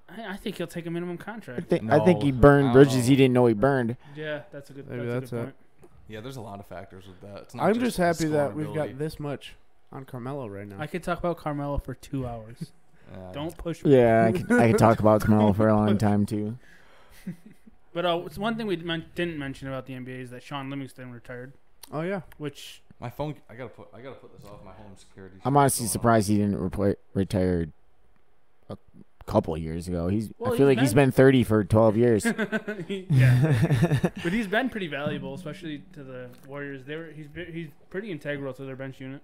S4: I, I think he'll take a minimum contract.
S6: I think, I think
S5: No,
S6: he
S5: I
S6: burned
S5: don't
S6: bridges
S5: know.
S6: he didn't know he burned.
S4: Yeah, that's a good.
S3: Maybe
S4: that's, a
S3: that's
S4: good
S3: it.
S4: point.
S5: Yeah, there's a lot of factors with that. It's not
S3: I'm just
S5: the
S3: happy that
S5: scoring
S3: we've got
S5: ability.
S3: this much on Carmelo right now.
S4: I could talk about Carmelo for two hours.
S5: Yeah.
S4: Don't push me.
S6: Yeah, I could, I could talk about tomorrow for a long time too.
S4: But uh, it's one thing we men- didn't mention about the NBA is that Sean Livingston retired,
S3: oh yeah,
S4: which
S5: My phone. I gotta put. I gotta put this off my home security.
S6: I'm honestly surprised he didn't repla retire a couple years ago. He's
S4: Well,
S6: I feel
S4: he's
S6: like he's
S4: been-
S6: been 30 for 12 years.
S4: yeah, but he's been pretty valuable, especially to the Warriors. They were he's be- he's pretty integral to their bench unit.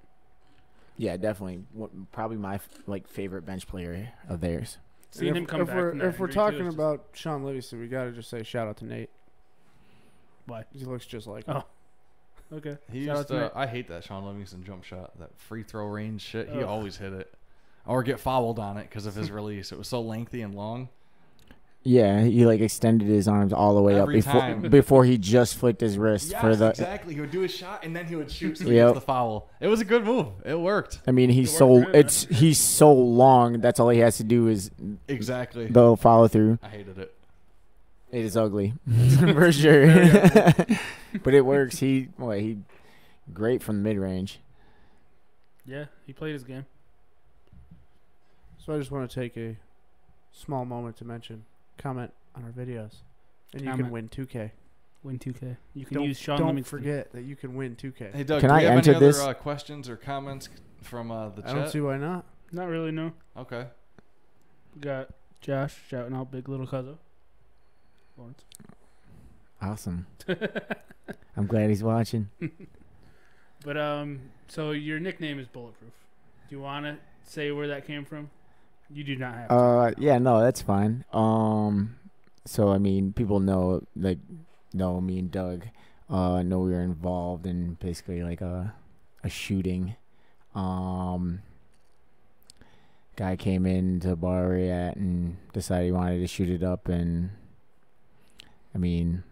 S6: yeah, definitely. What- Probably my f- like favorite bench player of theirs.
S4: Seeing
S3: if,
S4: him come
S3: if
S4: back.
S3: We're,
S4: from that
S3: if we're
S4: injury, too,
S3: talking
S4: is just-
S3: about Sean Livingston, we got to just say shout out to Nate.
S4: Why?
S3: He looks just like
S4: Oh.
S3: him.
S4: okay,
S5: He
S4: Shout out
S5: used
S4: to
S5: to,
S4: Nate.
S5: I hate that Sean Livingston jump shot, that free throw range shit. He
S4: Ugh.
S5: always hit it, or get fouled on it because of his release. It was so lengthy and long.
S6: Yeah, he like extended his arms all the way
S5: Every
S6: up before
S5: time.
S6: before he just flicked his wrist for the
S5: exactly. He would do his shot and then he would shoot. So
S6: he Yep. gets
S5: the
S6: the
S5: foul. It was a good move. It worked.
S6: I mean, he's
S4: worked
S6: so
S4: for him,
S6: it's he's so long. That's all he has to do is
S5: Exactly.
S6: the follow through.
S5: I hated it.
S6: It is ugly for sure, but it works. He boy, he great from the mid range.
S4: yeah, he played his game.
S3: So I just want to take a small moment to mention comment on our videos, and you
S4: Comment.
S3: can win 2K.
S4: Win 2K. You can
S3: don't
S4: use Sean
S3: don't
S4: Livingston.
S3: forget that you can win 2K.
S5: Hey Doug,
S6: Can
S5: do
S6: I
S5: we have
S6: enter
S5: any other
S6: this?
S5: uh, questions or comments from uh, the
S3: I don't
S5: chat?
S3: see why not.
S4: Not really. No,
S5: okay.
S4: we got Josh shouting out big little Cuzzo. Lawrence.
S6: Awesome. I'm glad he's watching.
S4: But um, so your nickname is Bulletproof. Do you want to say where that came from? You do not have. to.
S6: Uh, yeah, no, that's fine. Um, so I mean, people know like know me and Doug. Uh, know we were involved in basically like a a shooting. Um, guy came in to the bar we were at and decided he wanted to shoot it up, and I mean,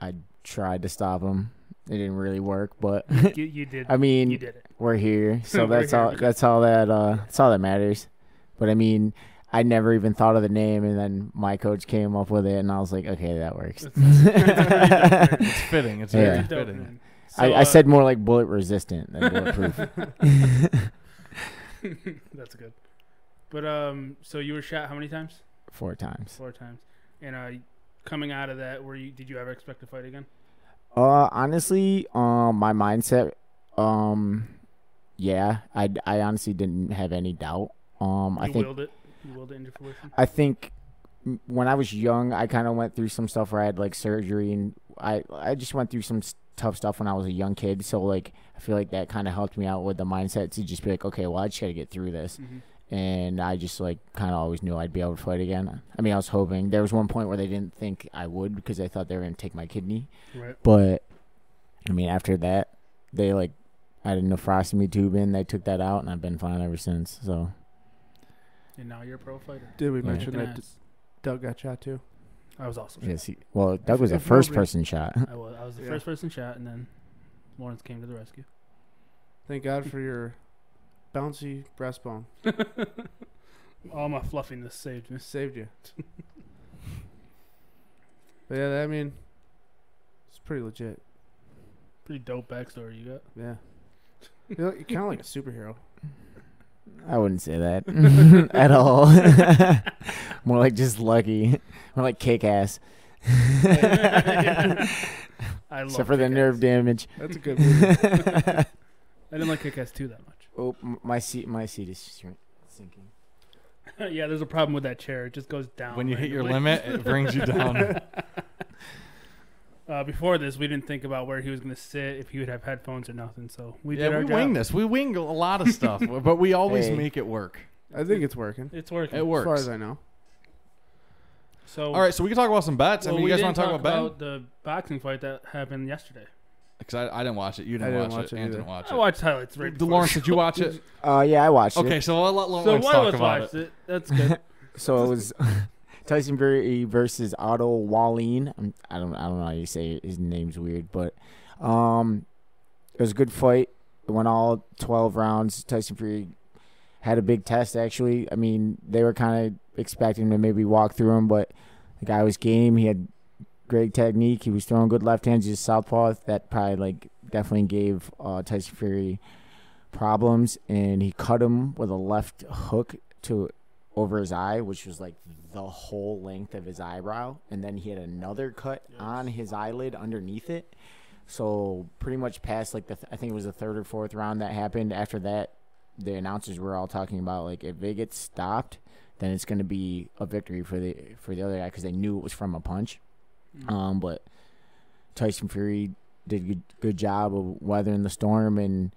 S6: I tried to stop him. It didn't really work, but
S4: you, you did.
S6: I mean,
S4: you did it.
S6: we're here, so
S4: We're
S6: that's
S4: here,
S6: all.
S4: okay.
S6: That's all that. Uh, that's all that matters. But I mean, I never even thought of the name, and then my coach came up with it, and I was like, okay, that works.
S5: It's fitting. It's
S6: Yeah.
S5: very
S4: Pretty dope
S5: fitting.
S4: name.
S6: I,
S4: So,
S6: I
S4: uh,
S6: said more like bullet resistant than bulletproof.
S4: that's good. But um, so you were shot how many times?
S6: Four times.
S4: Four times. And uh, coming out of that, were you? Did you ever expect to fight again?
S6: Uh, honestly, um, my mindset, um, yeah, I, I honestly didn't have any doubt. Um, I
S4: you
S6: think
S4: willed it. You willed it into fruition.
S6: I think m- when I was young, I kind of went through some stuff where I had like surgery, and I I just went through some s- tough stuff when I was a young kid. So like I feel like that kind of helped me out with the mindset to just be like, okay, well I just got to get through this,
S4: Mhm.
S6: and I just like kind of always knew I'd be able to fight again. I mean, I was hoping. There was one point where they didn't think I would because they thought they were gonna take my kidney,
S4: Right.
S6: but I mean after that, they like. I had a nephrostomy tube in. They took that out, and I've been fine ever since. So
S4: And now you're a pro fighter.
S3: Did we
S6: Yeah.
S3: mention
S4: Kicking
S3: that
S4: ass.
S3: Doug got shot too?
S4: I was also. Shot.
S6: yes, he, well, Doug was a
S3: if nobody-
S6: first person shot.
S4: I was. I was the
S3: Yeah.
S4: first person shot, and then Lawrence came to the rescue.
S3: Thank God for your bouncy breastbone.
S4: All my fluffiness saved me.
S3: Saved you. but yeah, I mean, pretty legit.
S4: Pretty dope backstory you got.
S3: Yeah. You're, you're kind of like a superhero.
S6: I wouldn't say that at all. More like just lucky. More like kick ass.
S4: I love
S6: Except for the
S4: Kick-Ass.
S6: nerve damage.
S3: That's a good movie.
S4: I didn't like Kick Ass 2 that much.
S6: Oh, m- my seat, my seat is shrink- sinking.
S4: yeah, there's a problem with that chair. It just goes down.
S5: When you hit your
S4: randomly.
S5: limit, it brings you down.
S4: Uh, before this, we didn't think about where he was going to sit, if he would have headphones or nothing. So we did
S5: yeah,
S4: our
S5: we
S4: job.
S5: wing this. We wing a lot of stuff, but we always
S6: Hey.
S5: make it work.
S3: I think it's working.
S4: It's working.
S5: It
S3: As far
S5: works.
S3: as I know.
S4: So
S5: All right, so we can talk about some bets. I
S4: Oh. well,
S5: mean,
S4: we
S5: you guys
S4: didn't
S5: want to talk, about,
S4: about the boxing fight that happened yesterday.
S5: Because I, I didn't watch it. You
S3: I
S5: didn't, watch, it. And
S3: either.
S5: didn't watch
S4: I
S5: it.
S4: watched highlights right
S5: The
S4: before.
S5: Lawrence, did you watch it?
S6: Uh, yeah, I watched
S5: Okay,
S6: it.
S5: so I'll let
S4: So
S5: Lawrence
S4: one of
S5: talk
S4: us
S5: about
S4: watched
S5: it.
S4: it. That's good.
S6: So it was Tyson Fury versus Otto Wallin. I'm, I don't, I don't know how you say it. his name's weird, but um, it was a good fight. It went all twelve rounds. Tyson Fury had a big test. Actually, I mean, they were kind of expecting him to maybe walk through him, but the guy was game. He had great technique. He was throwing good left hands. He's a southpaw. That probably like definitely gave uh, Tyson Fury problems, and he cut him with a left hook to over his eye, which was like the whole length of his eyebrow, and then he had another cut on his eyelid underneath it. So pretty much past like the th- I think it was the third or fourth round that happened. After that, the announcers were all talking about like if they get stopped, then it's going to be a victory for the for the other guy because they knew it was from a punch. Um, but Tyson Fury did good, good job of weathering the storm and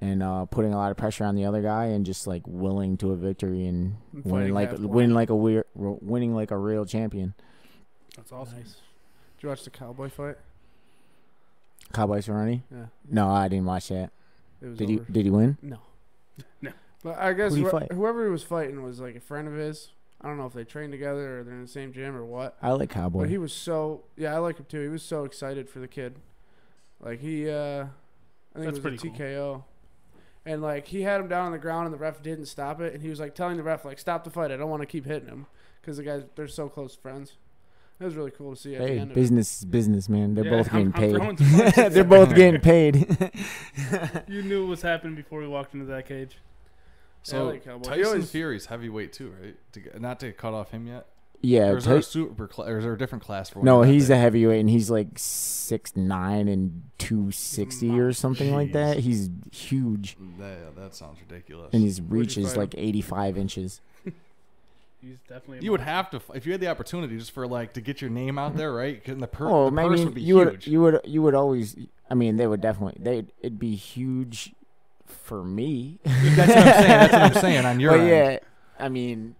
S6: and uh, putting a lot of pressure on the other guy and just like willing to a victory and
S3: And
S6: winning
S3: fighting
S6: like
S3: half-blind.
S6: winning like a weir winning like a real champion.
S4: That's awesome.
S3: Did you watch the cowboy fight?
S6: Cowboy Cerrone?
S3: Yeah.
S6: No, I didn't watch that.
S3: It was
S6: Did
S3: over.
S6: you? Did he win?
S3: No.
S4: No.
S3: But I guess
S6: Who'd he
S3: whoe-
S6: fight?
S3: whoever he was fighting was like a friend of his. I don't know if they trained together or they're in the same gym or what.
S6: I like
S3: But
S6: Cowboy.
S3: he was so yeah, I like him too. He was so excited for the kid. Like he uh I think
S4: That's
S3: it
S4: pretty
S3: was a
S4: cool.
S3: TKO. And like he had him down on the ground and the ref didn't stop it and he was like telling the ref like stop the fight. I don't want to keep hitting him cuz the guys they're so close friends. It was really cool to see at the
S6: hey,
S3: end of it.
S6: business is business, man. They're
S4: Yeah,
S6: both
S4: I'm-
S6: getting
S4: I'm throwing
S6: paid.
S4: some punches.
S6: They're both getting paid.
S4: You knew what was happening before we walked into that
S3: Yeah,
S4: cage. uh,
S3: I
S5: So
S3: like Cowboy. He
S5: Tyson
S3: always-
S5: Fury's heavyweight too, right? To, get- not to cut off him yet.
S6: yeah.
S5: Or is there a
S6: Ty-
S5: super class? Or is there a different class for?
S6: no,
S5: women out
S6: he's a
S5: there?
S6: heavyweight and he's like six nine and two sixty or something like
S5: Jeez.
S6: that. He's huge
S5: That, that sounds ridiculous.
S6: and his reach
S3: you
S6: is
S3: fight
S6: like eighty five inches.
S4: He's definitely. a
S5: You would
S4: monster.
S5: have to f- if you had the opportunity just for like to get your name out there, right? And the, per-
S6: Oh,
S5: the
S6: I
S5: purse
S6: mean,
S5: would be
S6: you would
S5: huge.
S6: you would you would always. I mean, they would definitely. They it'd be huge for me.
S5: That's what I'm saying. That's what I'm saying. On your
S6: Well,
S5: end.
S6: yeah, I mean,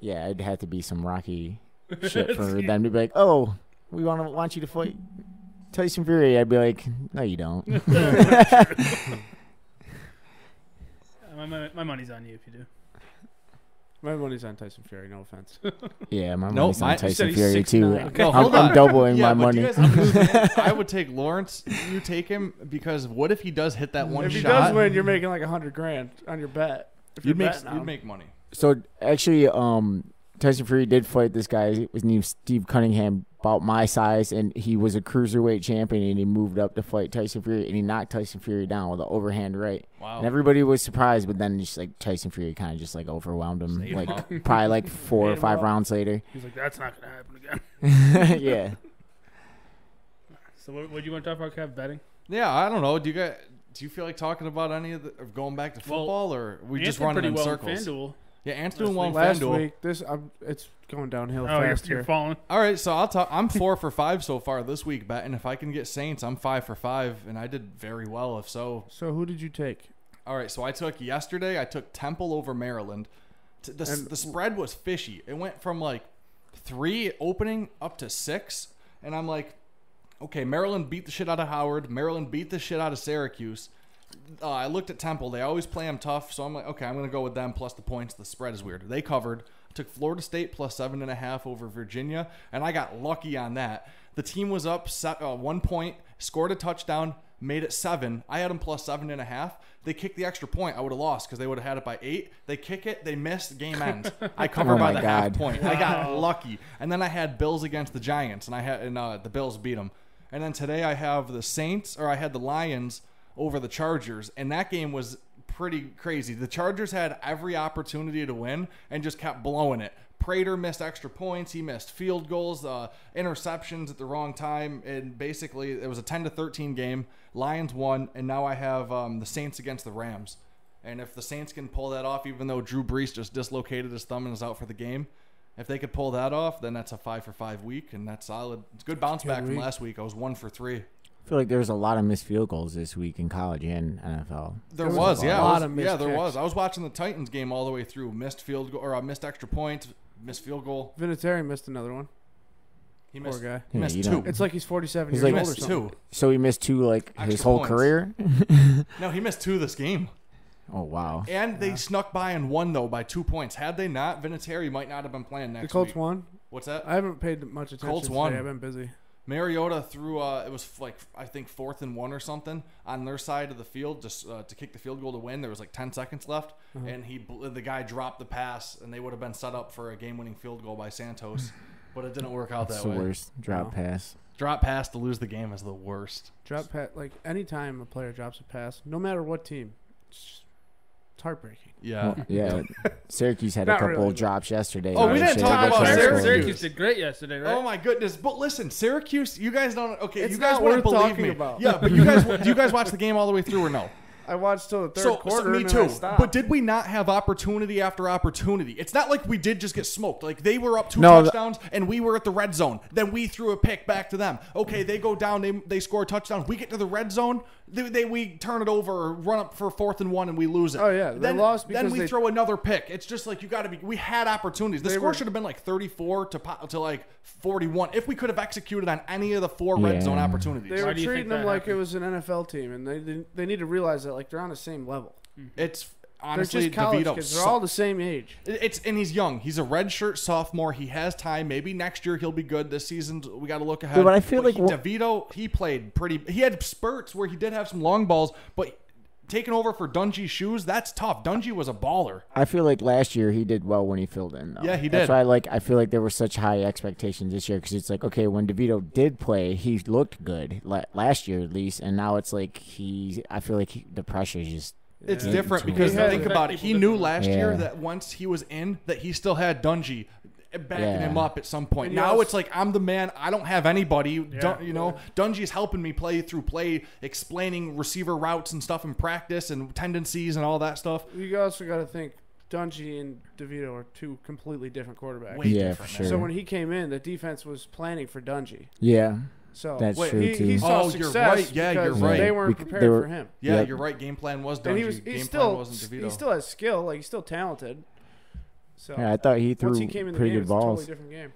S6: yeah, it'd have to be some rocky shit for them to be like, "Oh, we want to want you to fight Tyson Fury." I'd be like, "No, you don't."
S4: Uh, My, my, my money's on you if you do.
S3: My money's on Tyson Fury, no offense.
S6: yeah, my
S5: No,
S6: money's
S5: my-
S6: on
S5: you said
S6: Tyson
S3: he's
S6: Fury
S3: 6'9".
S6: too.
S3: Okay.
S5: No,
S6: I'm,
S5: hold
S6: I'm
S5: on.
S6: doubling
S5: Yeah,
S6: my
S5: but do
S6: money.
S5: you guys- I'm losing. I would take Lawrence. You take him because what if he does hit that one
S3: if he
S5: shot?
S3: does win, you're making like a 100 grand on your bet. If
S5: you'd
S3: you're
S5: make
S3: betting on
S5: you'd
S3: him.
S5: make money.
S6: so actually, um, Tyson Fury did fight this guy. It was named Steve Cunningham, about my size, and he was a cruiserweight champion, and he moved up to fight Tyson Fury, and he knocked Tyson Fury down with an overhand right.
S5: Wow.
S6: And everybody was surprised, but then just like Tyson Fury kind of just like overwhelmed him,
S5: Ate him
S6: like
S5: up.
S6: probably like four
S4: Ate
S6: or
S4: him
S6: five
S4: up.
S6: rounds later.
S4: He's like, that's not gonna happen again.
S6: yeah,
S4: So what, what do you want to talk about, Kev? Betting.
S5: Yeah, I don't know. Do you guys do you feel like talking about any of the of going back to
S4: Well,
S5: football or we just
S4: Anthony
S5: running
S4: pretty
S5: in
S4: well in
S5: circles?
S4: FanDuel.
S5: Yeah, Ant's doing well in
S3: Last
S5: FanDuel.
S3: week, this I'm, it's going downhill
S4: Oh, you're,
S3: fast
S4: you're
S3: here.
S4: falling.
S5: All right, so I'll talk. I'm four for five so far this week, bet, and if I can get Saints, I'm five for five, and I did very well. If so,
S3: So who did you take?
S5: all right. So I took yesterday. I took Temple over Maryland. T- The, s
S3: And-
S5: the spread was fishy. It went from like three opening up to six, and I'm like, okay, Maryland beat the shit out of Howard. Maryland beat the shit out of Syracuse. Uh, I looked at Temple. They always play them tough, so I'm like, okay, I'm gonna go with them plus the points. The spread is weird. They covered. Took Florida State plus seven and a half over Virginia, and I got lucky on that. The team was up se uh, one point, scored a touchdown, made it seven. I had them plus seven and a half. They kicked the extra point. I would have lost because they would have had it by eight. They kick it. They missed. Game ends. I cover
S6: Oh
S5: by
S6: my
S5: the half
S6: God.
S5: point. I got lucky. And then I had Bills against the Giants, and I had and uh, the Bills beat them. And then today I have the Saints, or I had the Lions over the Chargers, and that game was pretty crazy. The Chargers had every opportunity to win and just kept blowing it. Prater missed extra points. He missed field goals, uh, interceptions at the wrong time, and basically it was a 10 to 13 game. Lions won, and now I have um, the Saints against the Rams. And if the Saints can pull that off, even though Drew Brees just dislocated his thumb and is out for the game, if they could pull that off, then that's a five for five week, and that's solid. It's a good bounce back from
S3: week.
S5: last week. I was one for three.
S6: I feel like there was a lot of missed field goals this week in college and NFL.
S3: There
S5: There was,
S3: was a
S5: yeah,
S3: lot
S5: I was-
S3: of missed
S5: yeah, there
S3: kicks.
S5: was. I was watching the Titans game all the way through. Missed field goal or uh, missed extra point, missed field goal.
S3: Vinatieri missed another one.
S5: He
S3: Poor
S5: missed.
S3: guy.
S5: He
S6: Yeah,
S5: missed
S6: you
S5: two.
S6: don't-
S3: It's like he's 47
S6: He's
S5: he
S3: years
S6: like-
S3: old or
S5: missed
S3: something.
S5: two.
S6: So he missed two like his
S5: Extra
S6: whole
S5: points.
S6: career.
S5: No, he missed two this game.
S6: oh wow.
S5: And they snuck by and won though by two points. Had they not, Vinatieri might not have been playing next
S3: The Colts
S5: week.
S3: won.
S5: What's that?
S3: I haven't paid much attention.
S5: Colts
S3: today.
S5: won.
S3: I've been busy.
S5: Mariota threw uh, it was f- like I think fourth and one or something on their side of the field just uh, to kick the field goal to win. There was like ten seconds left,
S3: Uh-huh.
S5: and he bl- the guy dropped the pass, and they would have been set up for a game-winning field goal by Santos, but it didn't work out
S6: That's
S5: that
S6: the
S5: way.
S6: worst drop
S3: No.
S6: pass.
S5: Drop pass to lose the game is the worst.
S3: Drop pat like anytime a player drops a pass, no matter what team, it's, just- it's heartbreaking.
S5: Yeah.
S6: Well, yeah. Syracuse had a
S3: Not
S6: couple
S3: really.
S6: drops yesterday.
S5: Oh, we
S6: They
S5: didn't
S6: should
S5: talk
S6: have
S5: about
S6: got
S5: Syracuse.
S6: scores.
S4: Syracuse, Syracuse did great yesterday, right?
S5: Oh my goodness! But listen, Syracuse, you guys don't. Okay,
S3: It's
S5: you guys
S3: not
S5: wouldn't
S3: worth
S5: believe
S3: talking
S5: me.
S3: about.
S5: Yeah, but you guys, do you guys watch the game all the way through or no?
S3: I watched till the third
S5: so,
S3: quarter.
S5: so me
S3: and
S5: too.
S3: then I stopped.
S5: but did we not have opportunity after opportunity? It's not like we did just get smoked. Like they were up two
S6: No, th-
S5: touchdowns and we were at the red zone. Then we threw a pick back to them. Okay, they go down. They they score a touchdown. We get to the red zone. They, they we turn it over, or run up for fourth and one, and we lose it.
S3: Oh, yeah, they
S5: then,
S3: lost
S5: Then
S3: because
S5: we
S3: they-
S5: throw another pick. It's just like you got to be. We had opportunities. The
S3: They
S5: score
S3: were-
S5: should have been like thirty four to po- to like forty one if we could have executed on any of the four red
S6: Yeah.
S5: zone opportunities.
S3: they
S4: Why
S3: were
S4: do you
S3: treating
S4: think
S3: them
S4: that
S3: like it
S4: happened?
S3: was an NFL team, and they didn't- they need to realize that like they're on the same level.
S5: it's honestly
S3: they're just college
S5: DeVito
S3: kids. They're
S5: sucks.
S3: all the same age.
S5: It- It's and he's young. He's a redshirt sophomore. He has time. Maybe next year he'll be good. This season we got to look ahead.
S6: Dude, but I feel
S5: he-
S6: like-
S5: Devito, he played pretty. He had spurts where he did have some long balls, but taking over for Dungy shoes, that's tough. Dungy was a baller.
S6: I feel like last year he did well when he filled in. Though.
S5: Yeah, he
S6: That's
S5: did.
S6: why, like, I feel like there were such high expectations this year because it's like, okay, when Devito did play, he looked good la- last year at least, and now it's like he. I feel like he, the pressure is just.
S5: It's
S6: Yeah.
S5: different
S6: He
S5: because
S4: had-
S5: think about it. He knew last year
S6: Yeah.
S5: that once he was in, that he still had Dungy backing
S6: Yeah.
S5: him up at some point.
S3: And you
S5: Now
S3: also-
S5: it's like I'm the man. I don't have anybody. Dun, you know, Dungy's helping me play through play, explaining receiver routes and stuff in practice and tendencies and all that stuff.
S3: You also got to think Dungy and DeVito are two completely different quarterbacks.
S5: Way
S6: yeah,
S5: different,
S6: for
S5: man.
S6: sure.
S3: So when he came in, the defense was planning for Dungy.
S6: yeah,
S3: So
S6: That's
S5: Wait,
S6: true
S3: he,
S6: too.
S3: he saw
S5: Oh, you're
S3: success.
S5: right. Yeah, you're
S3: because
S5: right.
S3: They weren't
S6: We-
S3: prepared
S6: they were-
S3: for him.
S5: Yeah,
S6: Yep.
S5: you're right. Game plan was done.
S3: And he was
S5: Game
S3: he's still
S5: plan wasn't DeVito.
S3: he still has skill. Like he's still talented. So
S6: yeah, I thought he threw
S3: once he came in the
S6: pretty
S3: game,
S6: good
S3: it's
S6: balls.
S3: a totally different game.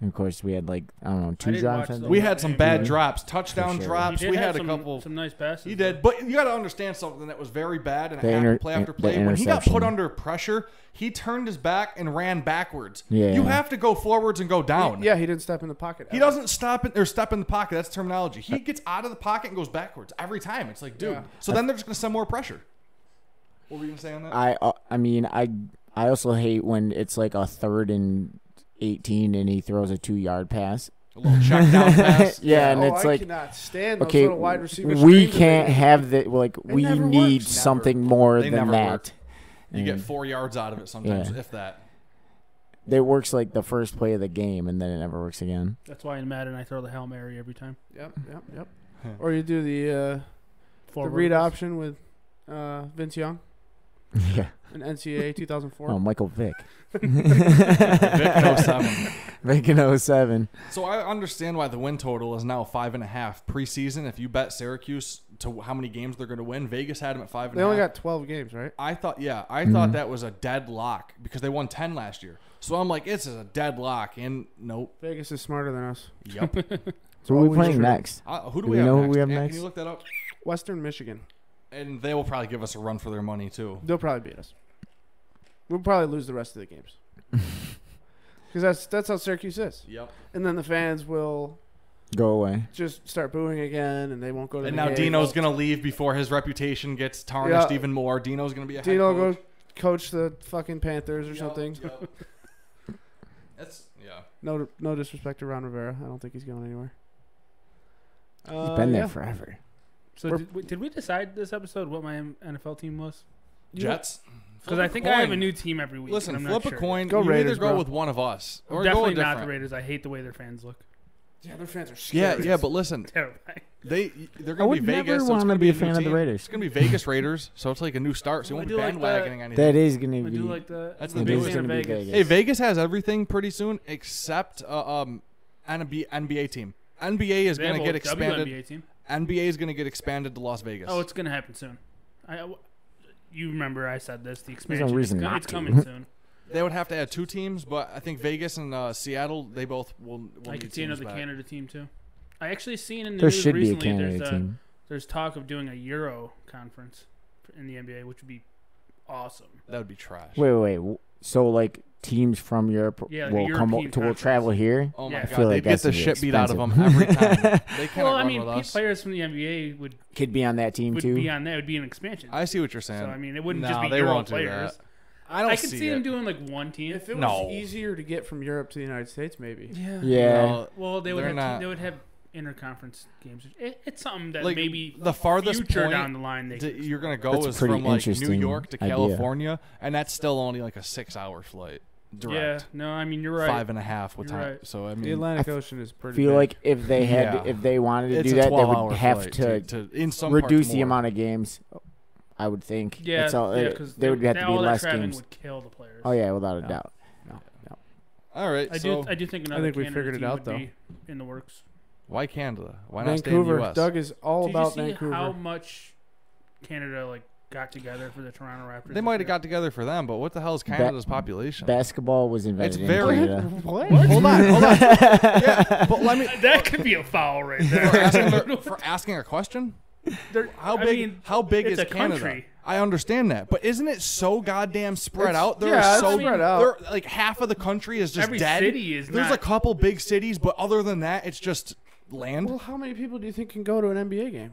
S6: And of course, we had like I don't know
S4: I
S6: two
S4: didn't
S6: drops.
S4: watch
S6: I
S4: the-
S6: think.
S5: we had some bad
S6: Yeah.
S5: drops, touchdown
S6: For sure.
S5: drops.
S4: He did
S5: We
S4: have
S5: had a
S4: some,
S5: couple.
S4: some nice passes.
S5: he
S4: though.
S5: did, but you got to understand something that was very bad and
S6: The
S5: after
S6: inter-
S5: play after
S6: the
S5: play. When he got put
S6: interception.
S5: under pressure, he turned his back and ran backwards.
S6: Yeah.
S5: you have to go forwards and go down.
S3: Yeah, he didn't step in the pocket.
S5: Oh, He
S3: ever.
S5: doesn't stop in, or step in the pocket. That's terminology. He gets out of the pocket and goes backwards every time. It's like, dude.
S3: Yeah.
S5: So then they're just gonna send more pressure. What were you gonna say on that?
S6: I uh, I mean I I also hate when it's like a third and eighteen and he throws a two yard pass.
S5: a little check down pass.
S6: Yeah, and
S3: oh,
S6: it's
S3: I
S6: like
S3: cannot stand those
S6: okay,
S3: little wide receivers.
S6: we can't have that. Like we
S3: never
S6: need
S3: works.
S6: something
S5: Never.
S6: more
S5: They
S6: than
S5: never
S6: that.
S5: work. You get
S6: And
S5: four yards out of it sometimes,
S6: Mm. Yeah.
S5: if that.
S6: it works like the first play of the game, and then it never works again.
S4: That's why in Madden I throw the hail mary every time.
S3: Yep, yep, yep. or you do the uh, the
S4: Forward.
S3: read option with uh, Vince Young
S6: yeah.
S3: in NCAA 2004.
S6: Oh, Michael Vick.
S5: Vic 07.
S6: Vick in 07.
S5: So I understand why the win total is now five and a half preseason. If you bet Syracuse to how many games they're going to win, Vegas had them at five and
S3: they
S5: a half.
S3: only got 12 games, right?
S5: I thought, yeah, I
S4: Mm-hmm.
S5: thought that was a dead lock because they won ten last year. So I'm like, it's a dead lock, and nope,
S3: Vegas is smarter than us.
S5: yep.
S6: So who are we
S3: always
S6: playing
S3: true.
S6: next?
S5: uh, who do, we,
S6: Do we
S5: have
S6: know who
S5: next?
S6: we have
S5: Ant,
S6: next?
S5: Can you look that up?
S3: Western Michigan.
S5: And they will probably give us a run for their money too.
S3: They'll probably beat us. We'll probably lose the rest of the games. Because that's that's how Syracuse is.
S5: Yep.
S3: And then the fans will
S6: Go away.
S3: just start booing again, and they won't go to
S5: And
S3: the
S5: now
S3: games.
S5: Dino's going to leave before his reputation gets tarnished
S3: Yeah.
S5: even more. Dino's going to be a head
S3: Dino will
S5: coach.
S3: go coach the fucking Panthers or
S5: Yep,
S3: something.
S5: yep. That's yeah.
S3: No, no disrespect to Ron Rivera. I don't think he's going anywhere.
S4: Uh,
S6: Been there
S4: yeah.
S6: forever.
S4: So
S6: We're-
S4: did we, did we decide this episode what my M- NFL team was?
S5: Jets.
S4: Because I think I have a new team every week.
S5: Listen,
S4: and I'm
S5: flip
S4: not
S5: a
S4: sure.
S5: coin.
S3: Go
S5: you
S3: Raiders,
S5: either go
S3: bro.
S5: with one of us or
S4: Definitely
S5: go
S4: not the
S5: different.
S4: Raiders. I hate the way their fans look.
S3: Yeah, their fans are
S5: yeah,
S3: scary.
S5: yeah, but listen,
S4: Terrifying.
S5: they they're gonna
S6: I
S5: be
S6: would
S5: Vegas.
S6: never
S5: so it's
S6: want
S5: gonna
S6: to be a
S5: new
S6: fan of the
S5: team.
S6: Raiders.
S5: It's gonna be Vegas Raiders, so it's like a new start. So you
S4: I
S5: won't be
S4: do like that.
S5: bandwagoning anything.
S6: That is gonna
S4: I
S6: be.
S4: do like that.
S5: That's
S4: I'm
S5: the
S4: a big
S5: biggest
S4: fan of
S6: gonna be
S4: Vegas.
S6: Vegas.
S5: Hey, Vegas has everything pretty soon except uh, um NB NBA team. NBA is
S4: They have
S5: going to
S4: a
S5: get expanded.
S4: WNBA team.
S5: NBA is going to get expanded to Las Vegas.
S4: Oh, it's gonna happen soon. I, you remember I said this. The
S6: no
S4: expansion.
S6: reason
S4: it's, co-
S6: not
S4: it's
S6: to.
S4: coming soon.
S5: they would have to add two teams, but I think Vegas and uh, Seattle they both will. will
S4: I
S5: need
S4: could see
S5: teams
S4: another
S5: back.
S4: Canada team too. I actually seen in the
S6: There
S4: news
S6: should be a
S4: recently.
S6: Canada
S4: there's uh,
S6: team.
S4: there's talk of doing a Euro conference in the NBA, which would be awesome.
S5: That would be trash.
S6: Wait, wait, wait. So like teams from Europe
S4: Yeah, like a
S6: will come
S4: European
S6: o- to will
S4: conference.
S6: travel here.
S5: Oh
S4: Yeah.
S5: my
S4: I
S5: god,
S6: feel
S5: they
S6: like
S5: get
S6: that's
S5: the
S6: gonna be
S5: shit beat out of them
S6: expensiven.
S5: every time. they can't
S4: well,
S5: run
S4: I mean,
S5: with
S4: pe-
S5: us.
S4: players from the NBA would
S6: Could be on that team
S4: would
S6: too.
S4: be on that. Would be an expansion.
S5: I see what you're saying.
S4: so I mean, it wouldn't
S5: no,
S4: just be
S5: they
S4: Euro
S5: won't do
S4: players.
S5: that. I don't
S4: I could see,
S5: it.
S4: them doing like one team.
S3: If it was
S5: No.
S3: easier to get from Europe to the United States, maybe.
S4: Yeah.
S6: yeah.
S5: No,
S4: Well, they would
S5: They're
S4: have
S5: not-
S4: they would have interconference games. It, it's something that
S5: Like,
S4: maybe
S5: the farthest
S4: future
S5: point
S4: down the line they
S5: d-
S4: could
S5: you're gonna go
S6: That's a
S5: is
S6: pretty
S5: from like New
S6: interesting
S5: York to
S6: idea.
S5: California, and that's still only like a six-hour flight
S4: Yeah,
S5: direct,
S4: no, I mean you're right.
S5: five and a half with
S4: You're
S5: time.
S4: right.
S5: So I
S3: The
S5: mean,
S3: Atlantic Ocean is pretty.
S6: feel
S3: big.
S6: like if they had
S5: Yeah.
S6: if they wanted to
S5: it's
S6: do
S5: a
S6: that, they
S5: twelve-hour
S6: would have
S5: flight
S6: to,
S5: to, in some parts
S6: reduce the
S5: more.
S6: amount of games. I would think.
S4: Yeah,
S6: It's all,
S4: yeah,
S6: it-
S4: because
S6: there would have to be
S4: all that
S6: less
S4: traveling
S6: games.
S4: would kill the players.
S6: Oh yeah, without a
S3: No.
S6: doubt.
S5: All right,
S4: I
S5: so
S4: do. I do think another.
S3: think we
S4: Canada
S3: figured it
S4: team
S3: out,
S4: would
S3: though.
S4: be in the works.
S5: why Canada? Why not
S3: Vancouver.
S5: stay in the U.S.?
S3: Doug is all
S4: Did you
S3: about
S4: see
S3: Vancouver.
S4: how much Canada like got together for the Toronto Raptors?
S5: they
S4: this
S5: might
S4: year?
S5: have got together for them, but what the hell is Canada's population?
S6: Basketball was
S5: it's
S6: invented in
S5: very.
S6: Canada.
S5: What? Hold on, hold on. yeah, but let me.
S4: That could be a foul right
S5: For
S4: there.
S5: asking, the- for asking a question,
S4: They're-
S5: How
S4: I
S5: big?
S4: mean,
S5: how big
S4: it's
S5: is
S4: a
S5: Canada?
S4: country.
S5: I understand that, but isn't it so goddamn spread
S3: It's-
S5: out? There
S3: yeah,
S5: are
S3: it's
S5: so
S3: spread out.
S5: there- like half of the country is just
S4: Every
S5: dead.
S4: city is
S5: There's
S4: not-
S5: a couple big cities, but other than that, it's just land.
S3: Well, how many people do you think can go to an NBA game?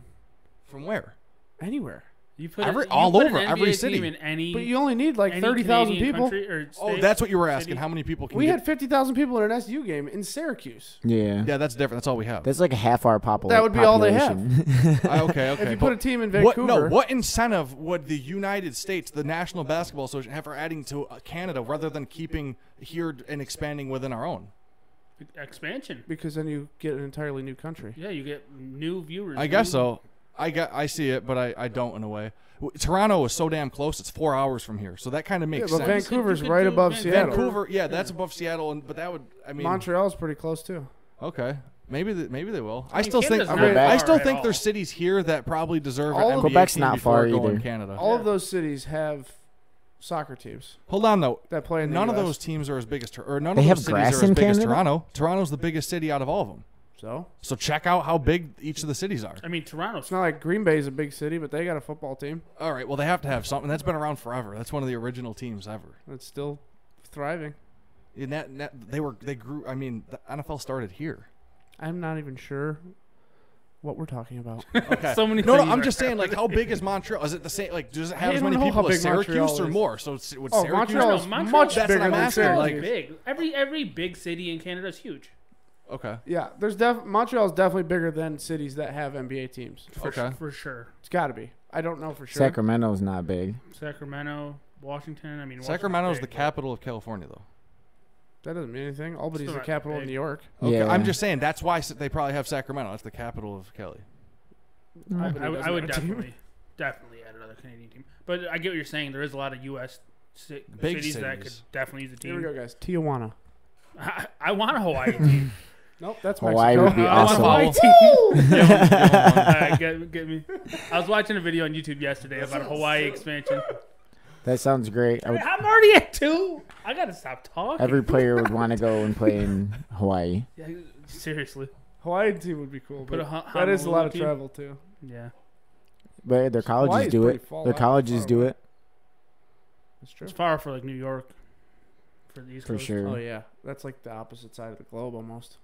S5: From where?
S3: Anywhere.
S4: You put
S5: Every-
S4: a, you
S5: all
S4: put
S5: over,
S4: an NBA
S5: every
S4: team
S5: city.
S4: in any.
S3: But you only need like
S4: any
S3: 30,000
S4: Canadian
S3: people.
S4: country or
S5: Oh,
S4: state-
S5: that's what you were
S4: city.
S5: asking. How many people can
S3: We
S5: get-
S3: had 50,000 people at an SU game in Syracuse.
S6: Yeah.
S5: Yeah, that's different. That's all we have.
S6: That's like half our popula- population.
S3: That would be all they
S5: Ah, okay, okay.
S3: If you
S5: but
S3: put a team in
S5: what-
S3: Vancouver,
S5: no, what incentive would the United States, the National Basketball Association, have for adding to uh, Canada rather than keeping here and expanding within our own?
S4: expansion.
S3: because then you get an entirely new country.
S4: Yeah, you get new viewers.
S5: I
S4: new-
S5: guess so. I got, I see it, but I, I don't in a way. W- Toronto is so damn close; it's four hours from here, so that kind of
S3: Yeah,
S5: makes
S3: but
S5: sense.
S3: Vancouver's
S4: could
S3: right
S4: do
S3: above
S4: Van-
S3: Seattle.
S5: Vancouver, yeah, that's above Seattle, and but that would, I mean,
S3: Montreal's pretty close too.
S5: okay, maybe th- maybe they will. I,
S4: mean,
S5: still think
S4: Canada's
S6: not
S5: I
S6: far
S5: still
S4: at
S5: think
S4: all.
S5: there's cities here that probably deserve
S3: All
S5: an
S3: of-
S5: NBA
S6: Quebec's
S5: team
S6: not
S5: before
S6: far
S5: going
S6: either.
S5: Canada.
S3: All of
S4: Yeah.
S3: those cities have soccer teams
S5: Hold on though,
S3: that play in the
S5: none of
S3: US.
S5: those teams are as big as Tor- or none
S6: They
S5: of
S6: have
S5: those
S6: grass
S5: cities are
S6: in
S5: as big as
S6: Canada?
S5: Toronto. Toronto's the biggest city out of all of them.
S3: So
S5: So check out how big each of the cities are.
S4: I mean, Toronto's
S3: it's not like Green Bay's a big city, but they got a football team
S5: All right, well they have to have something that's been around forever. That's one of the original teams ever.
S3: that's still thriving.
S5: And that, that- they were they grew. I mean, the NFL started here.
S3: I'm not even sure what we're talking about.
S5: Okay.
S4: so many.
S5: no, no,
S4: things
S5: I'm
S4: are-
S5: just saying, like, how big is Montreal? Is it the same? Like, does it have
S3: I
S5: as
S3: don't
S5: many
S3: know how
S5: people as
S3: big Montreal
S5: Syracuse or
S3: is.
S5: more? So it's, would
S3: Oh,
S5: Syracuse?
S3: Montreal is
S4: No, Montreal's
S3: much
S5: That's
S3: bigger
S5: what I'm
S3: than
S5: asking,
S4: Montreal's
S5: like-
S3: Syracuse.
S4: big. Every every big city in Canada is huge.
S5: Okay.
S3: Yeah, there's def- Montreal's definitely bigger than cities that have NBA teams.
S4: For
S5: Okay.
S4: sure, for sure.
S3: It's got to be. I don't know for sure.
S6: Sacramento's not big.
S4: Sacramento, Washington. I mean, Washington's
S5: Sacramento's the
S4: big, but
S5: capital of California, though.
S3: That doesn't mean anything. Albany's
S4: Still
S3: the
S4: not
S3: capital of
S4: big.
S3: New York.
S5: Okay.
S6: Yeah.
S5: I'm just saying that's why they probably have Sacramento. That's the capital of Kelly.
S4: I,
S3: Albany
S4: I would-
S3: doesn't
S4: I would
S3: have a team.
S4: definitely, definitely add another Canadian team. But I get what you're saying. There is a lot of U.S. ci-
S5: Big
S4: cities, that could
S5: cities.
S4: definitely use a
S3: Here we go,
S4: team.
S3: guys. Tijuana.
S4: I, I want a Hawaii team.
S3: Nope, that's
S6: Hawaii
S3: Mexico.
S6: would be
S4: Uh,
S5: I want
S6: awesome.
S5: Hawaii.
S4: Uh, get, get me. I was watching a video on YouTube yesterday about a Hawaii expansion.
S6: That sounds great. I would,
S4: I'm already at two. I gotta stop talking.
S6: every player would want to go and play in Hawaii.
S4: Yeah, seriously.
S3: Honolulu team would be cool, but
S4: Put a Hon-
S3: that is a lot
S4: Honolulu
S3: of
S4: team.
S3: travel too.
S4: Yeah.
S6: But their
S3: Hawaii's
S6: colleges do
S3: pretty
S6: it.
S3: far
S6: Their
S3: out-
S6: colleges
S3: far
S6: do
S3: away.
S6: it
S3: That's true.
S4: It's far for like New York. For the East
S6: for
S4: Coast.
S6: sure.
S3: Oh yeah, that's like the opposite side of the globe almost.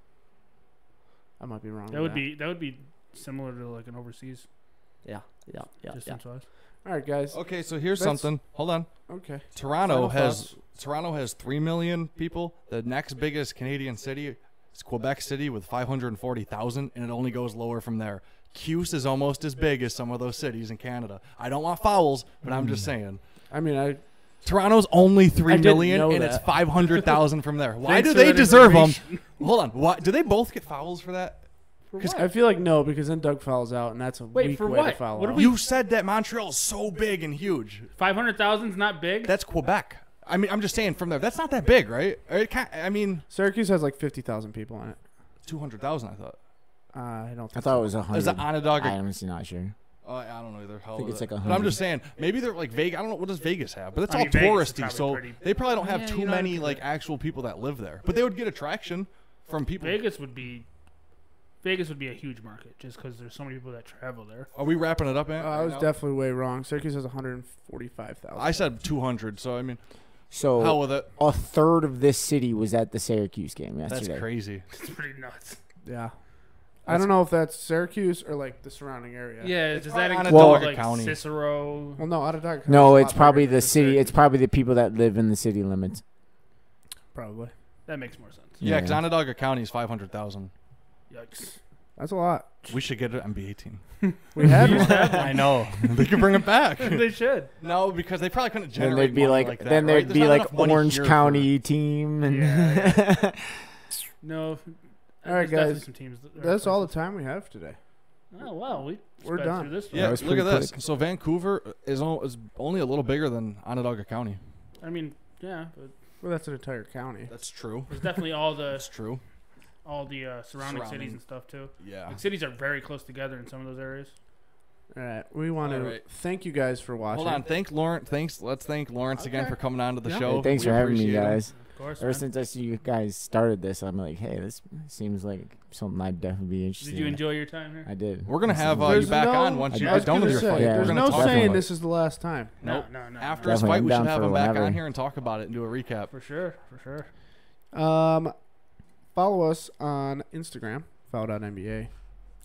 S3: I might be wrong.
S4: That would be that would be similar to like an overseas
S3: yeah, yeah, yeah,
S4: distance wise.
S3: All right, guys.
S4: Oh.
S5: Okay, so here's
S3: That's-
S5: something. Hold on.
S3: Okay.
S5: Toronto
S3: Final
S5: has
S3: thoughts.
S5: Toronto has three million people. The next biggest Canadian city, It's Quebec City with 540,000, and it only goes lower from there. Cuse is almost as big as some of those cities in Canada. I don't want fouls, but I'm just saying.
S3: I mean, I
S5: Toronto's only three
S3: didn't
S5: million,
S3: know
S5: and it's
S3: that.
S5: five hundred thousand from there. Why
S4: Thanks
S5: do
S4: for
S5: they
S4: that
S5: deserve them?
S4: information.
S5: Hold on. Why do they both get fouls for that?
S3: because I feel like no, because then Doug fouls out, and that's a
S4: Wait,
S3: weak
S4: for
S3: way
S4: what?
S3: to foul
S4: What do
S3: out.
S4: we-
S5: You said that Montreal's so big and huge.
S4: Five hundred thousand's not big.
S5: That's Quebec. I mean, I'm just saying from there. That's not that big, right? Or It can I mean,
S3: Syracuse has like fifty thousand people in it.
S5: two hundred thousand. I thought.
S3: Uh, I don't.
S6: I
S3: Think
S6: thought it was a
S5: Is
S6: hundred.
S5: it Onondaga?
S6: I'm honestly not sure.
S5: Oh, I don't know either. How
S6: I think
S5: old
S6: it's
S5: it-
S6: like a
S5: But I'm
S6: hundred.
S5: just saying, maybe they're like Vegas. I don't know what does Vegas have, but it's
S4: I
S5: all
S4: mean, Vegas is
S5: touristy,
S4: probably
S5: so
S4: pretty-
S5: they probably don't have
S4: Yeah,
S5: too
S4: you know, I
S5: many
S4: could-
S5: like actual people that live there. But they would get attraction from people.
S4: Vegas would be. Vegas would be a huge market just because there's so many people that travel there.
S5: Are we wrapping it up, man?
S3: uh, I was definitely way wrong. Syracuse has one hundred forty-five thousand.
S5: I said 200, so I mean,
S6: So
S5: hell with it.
S6: a third of this city was at the Syracuse game
S5: That's
S6: yesterday.
S5: crazy.
S4: It's pretty nuts.
S3: Yeah, I don't know if that's Syracuse or like the surrounding area.
S4: Yeah, does that
S5: probably
S4: include
S5: Onondaga
S4: like
S5: County.
S4: Cicero?
S3: Well, no, Onondaga. County's
S6: No,
S3: a
S6: it's
S3: lot
S6: probably
S3: bigger than
S6: the city.
S3: Syracuse,
S6: It's probably the people that live in the city limits.
S3: probably
S4: That makes more sense.
S5: Yeah,
S6: Yeah.
S5: because Onondaga County is 500,000.
S4: Yikes.
S3: that's a lot.
S5: We should get an MB 18.
S3: We had one.
S5: I know. they could bring it back.
S4: they should.
S5: no, because they probably couldn't
S6: Then
S5: generate
S6: there'd be
S5: money
S6: like,
S5: like, that,
S6: then
S5: right?
S6: there'd
S5: There's
S6: be
S5: not
S6: like
S5: enough money
S6: Orange
S5: here for-
S6: County team and
S4: Yeah. No.
S3: All right,
S4: there's definitely
S3: guys.
S4: Some teams that are
S3: That's all the
S4: places.
S3: time we have today.
S4: Oh wow, we
S3: We're
S4: sped
S3: done.
S4: through this one.
S5: Yeah,
S6: was
S5: look at
S6: pretty
S5: this.
S6: quick.
S5: So Vancouver is, on, is only a little bigger than Onondaga County.
S4: I mean, yeah, but
S3: Well, that's an entire county.
S5: That's true.
S4: there's definitely all the
S5: That's true.
S4: all the uh, surrounding,
S5: Surrounding.
S4: cities and stuff too.
S6: Ah.
S5: Yeah.
S4: Like cities are very close together in some of those areas.
S3: All right, we want
S5: All
S3: to
S5: right.
S3: thank you guys for watching.
S5: Hold on. Thank Lawrence. Thanks. Let's thank Lawrence again
S4: Okay.
S5: for coming on to the
S4: Yeah.
S5: show.
S6: Hey, thanks
S5: We
S6: for having me,
S5: appreciate him.
S6: guys.
S4: Of course.
S6: Ever
S4: man.
S6: since I see you guys started this, I'm like, hey, this seems like something I'd definitely be interested.
S4: Did you
S6: in.
S4: enjoy your time here?
S6: I did.
S5: We're gonna
S6: This
S5: have,
S6: seems
S5: uh,
S6: like-
S5: you back on once
S6: you
S3: I
S6: get
S3: was
S5: done
S3: gonna
S5: with your
S3: say,
S5: fight.
S6: Yeah.
S3: There's
S6: We're
S3: no
S6: gonna talk
S3: saying
S6: about it.
S3: this is the last time.
S4: no,
S5: Nope.
S4: no, no.
S5: After
S4: no.
S5: his
S6: Definitely,
S5: fight,
S6: I'm
S5: we should
S6: down
S5: have
S6: for
S5: him back on
S6: whenever.
S5: here and talk about it and do a recap.
S4: for sure, for sure.
S3: Um, follow us on Instagram, foul.nba.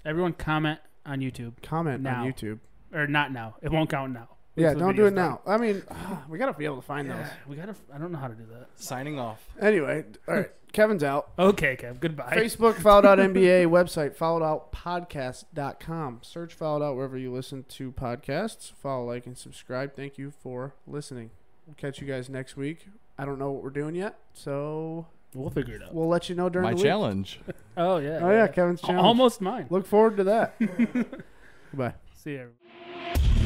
S4: Everyone comment on YouTube
S3: Comment
S4: Now.
S3: on YouTube.
S4: or not now. It won't count now.
S3: Yeah,
S4: the
S3: don't do it
S4: video's
S3: now. I mean, we gotta be able to find
S4: Yeah,
S3: those.
S4: we gotta. I don't know how to do that.
S5: Signing off.
S3: Anyway, all right. Kevin's out.
S4: Okay, Kev. Goodbye.
S3: Facebook, foul.nba, website, foul.podcast.com. Search foul out wherever you listen to podcasts. Follow, like, and subscribe. Thank you for listening. We'll catch you guys next week. I don't know what we're doing yet, so
S4: We'll figure it out.
S3: we'll let you know during
S5: My
S3: the week.
S5: challenge.
S4: Oh yeah.
S3: Oh, yeah, Kevin's challenge.
S4: Almost mine.
S3: Look forward to that. Goodbye.
S4: See you. Everybody.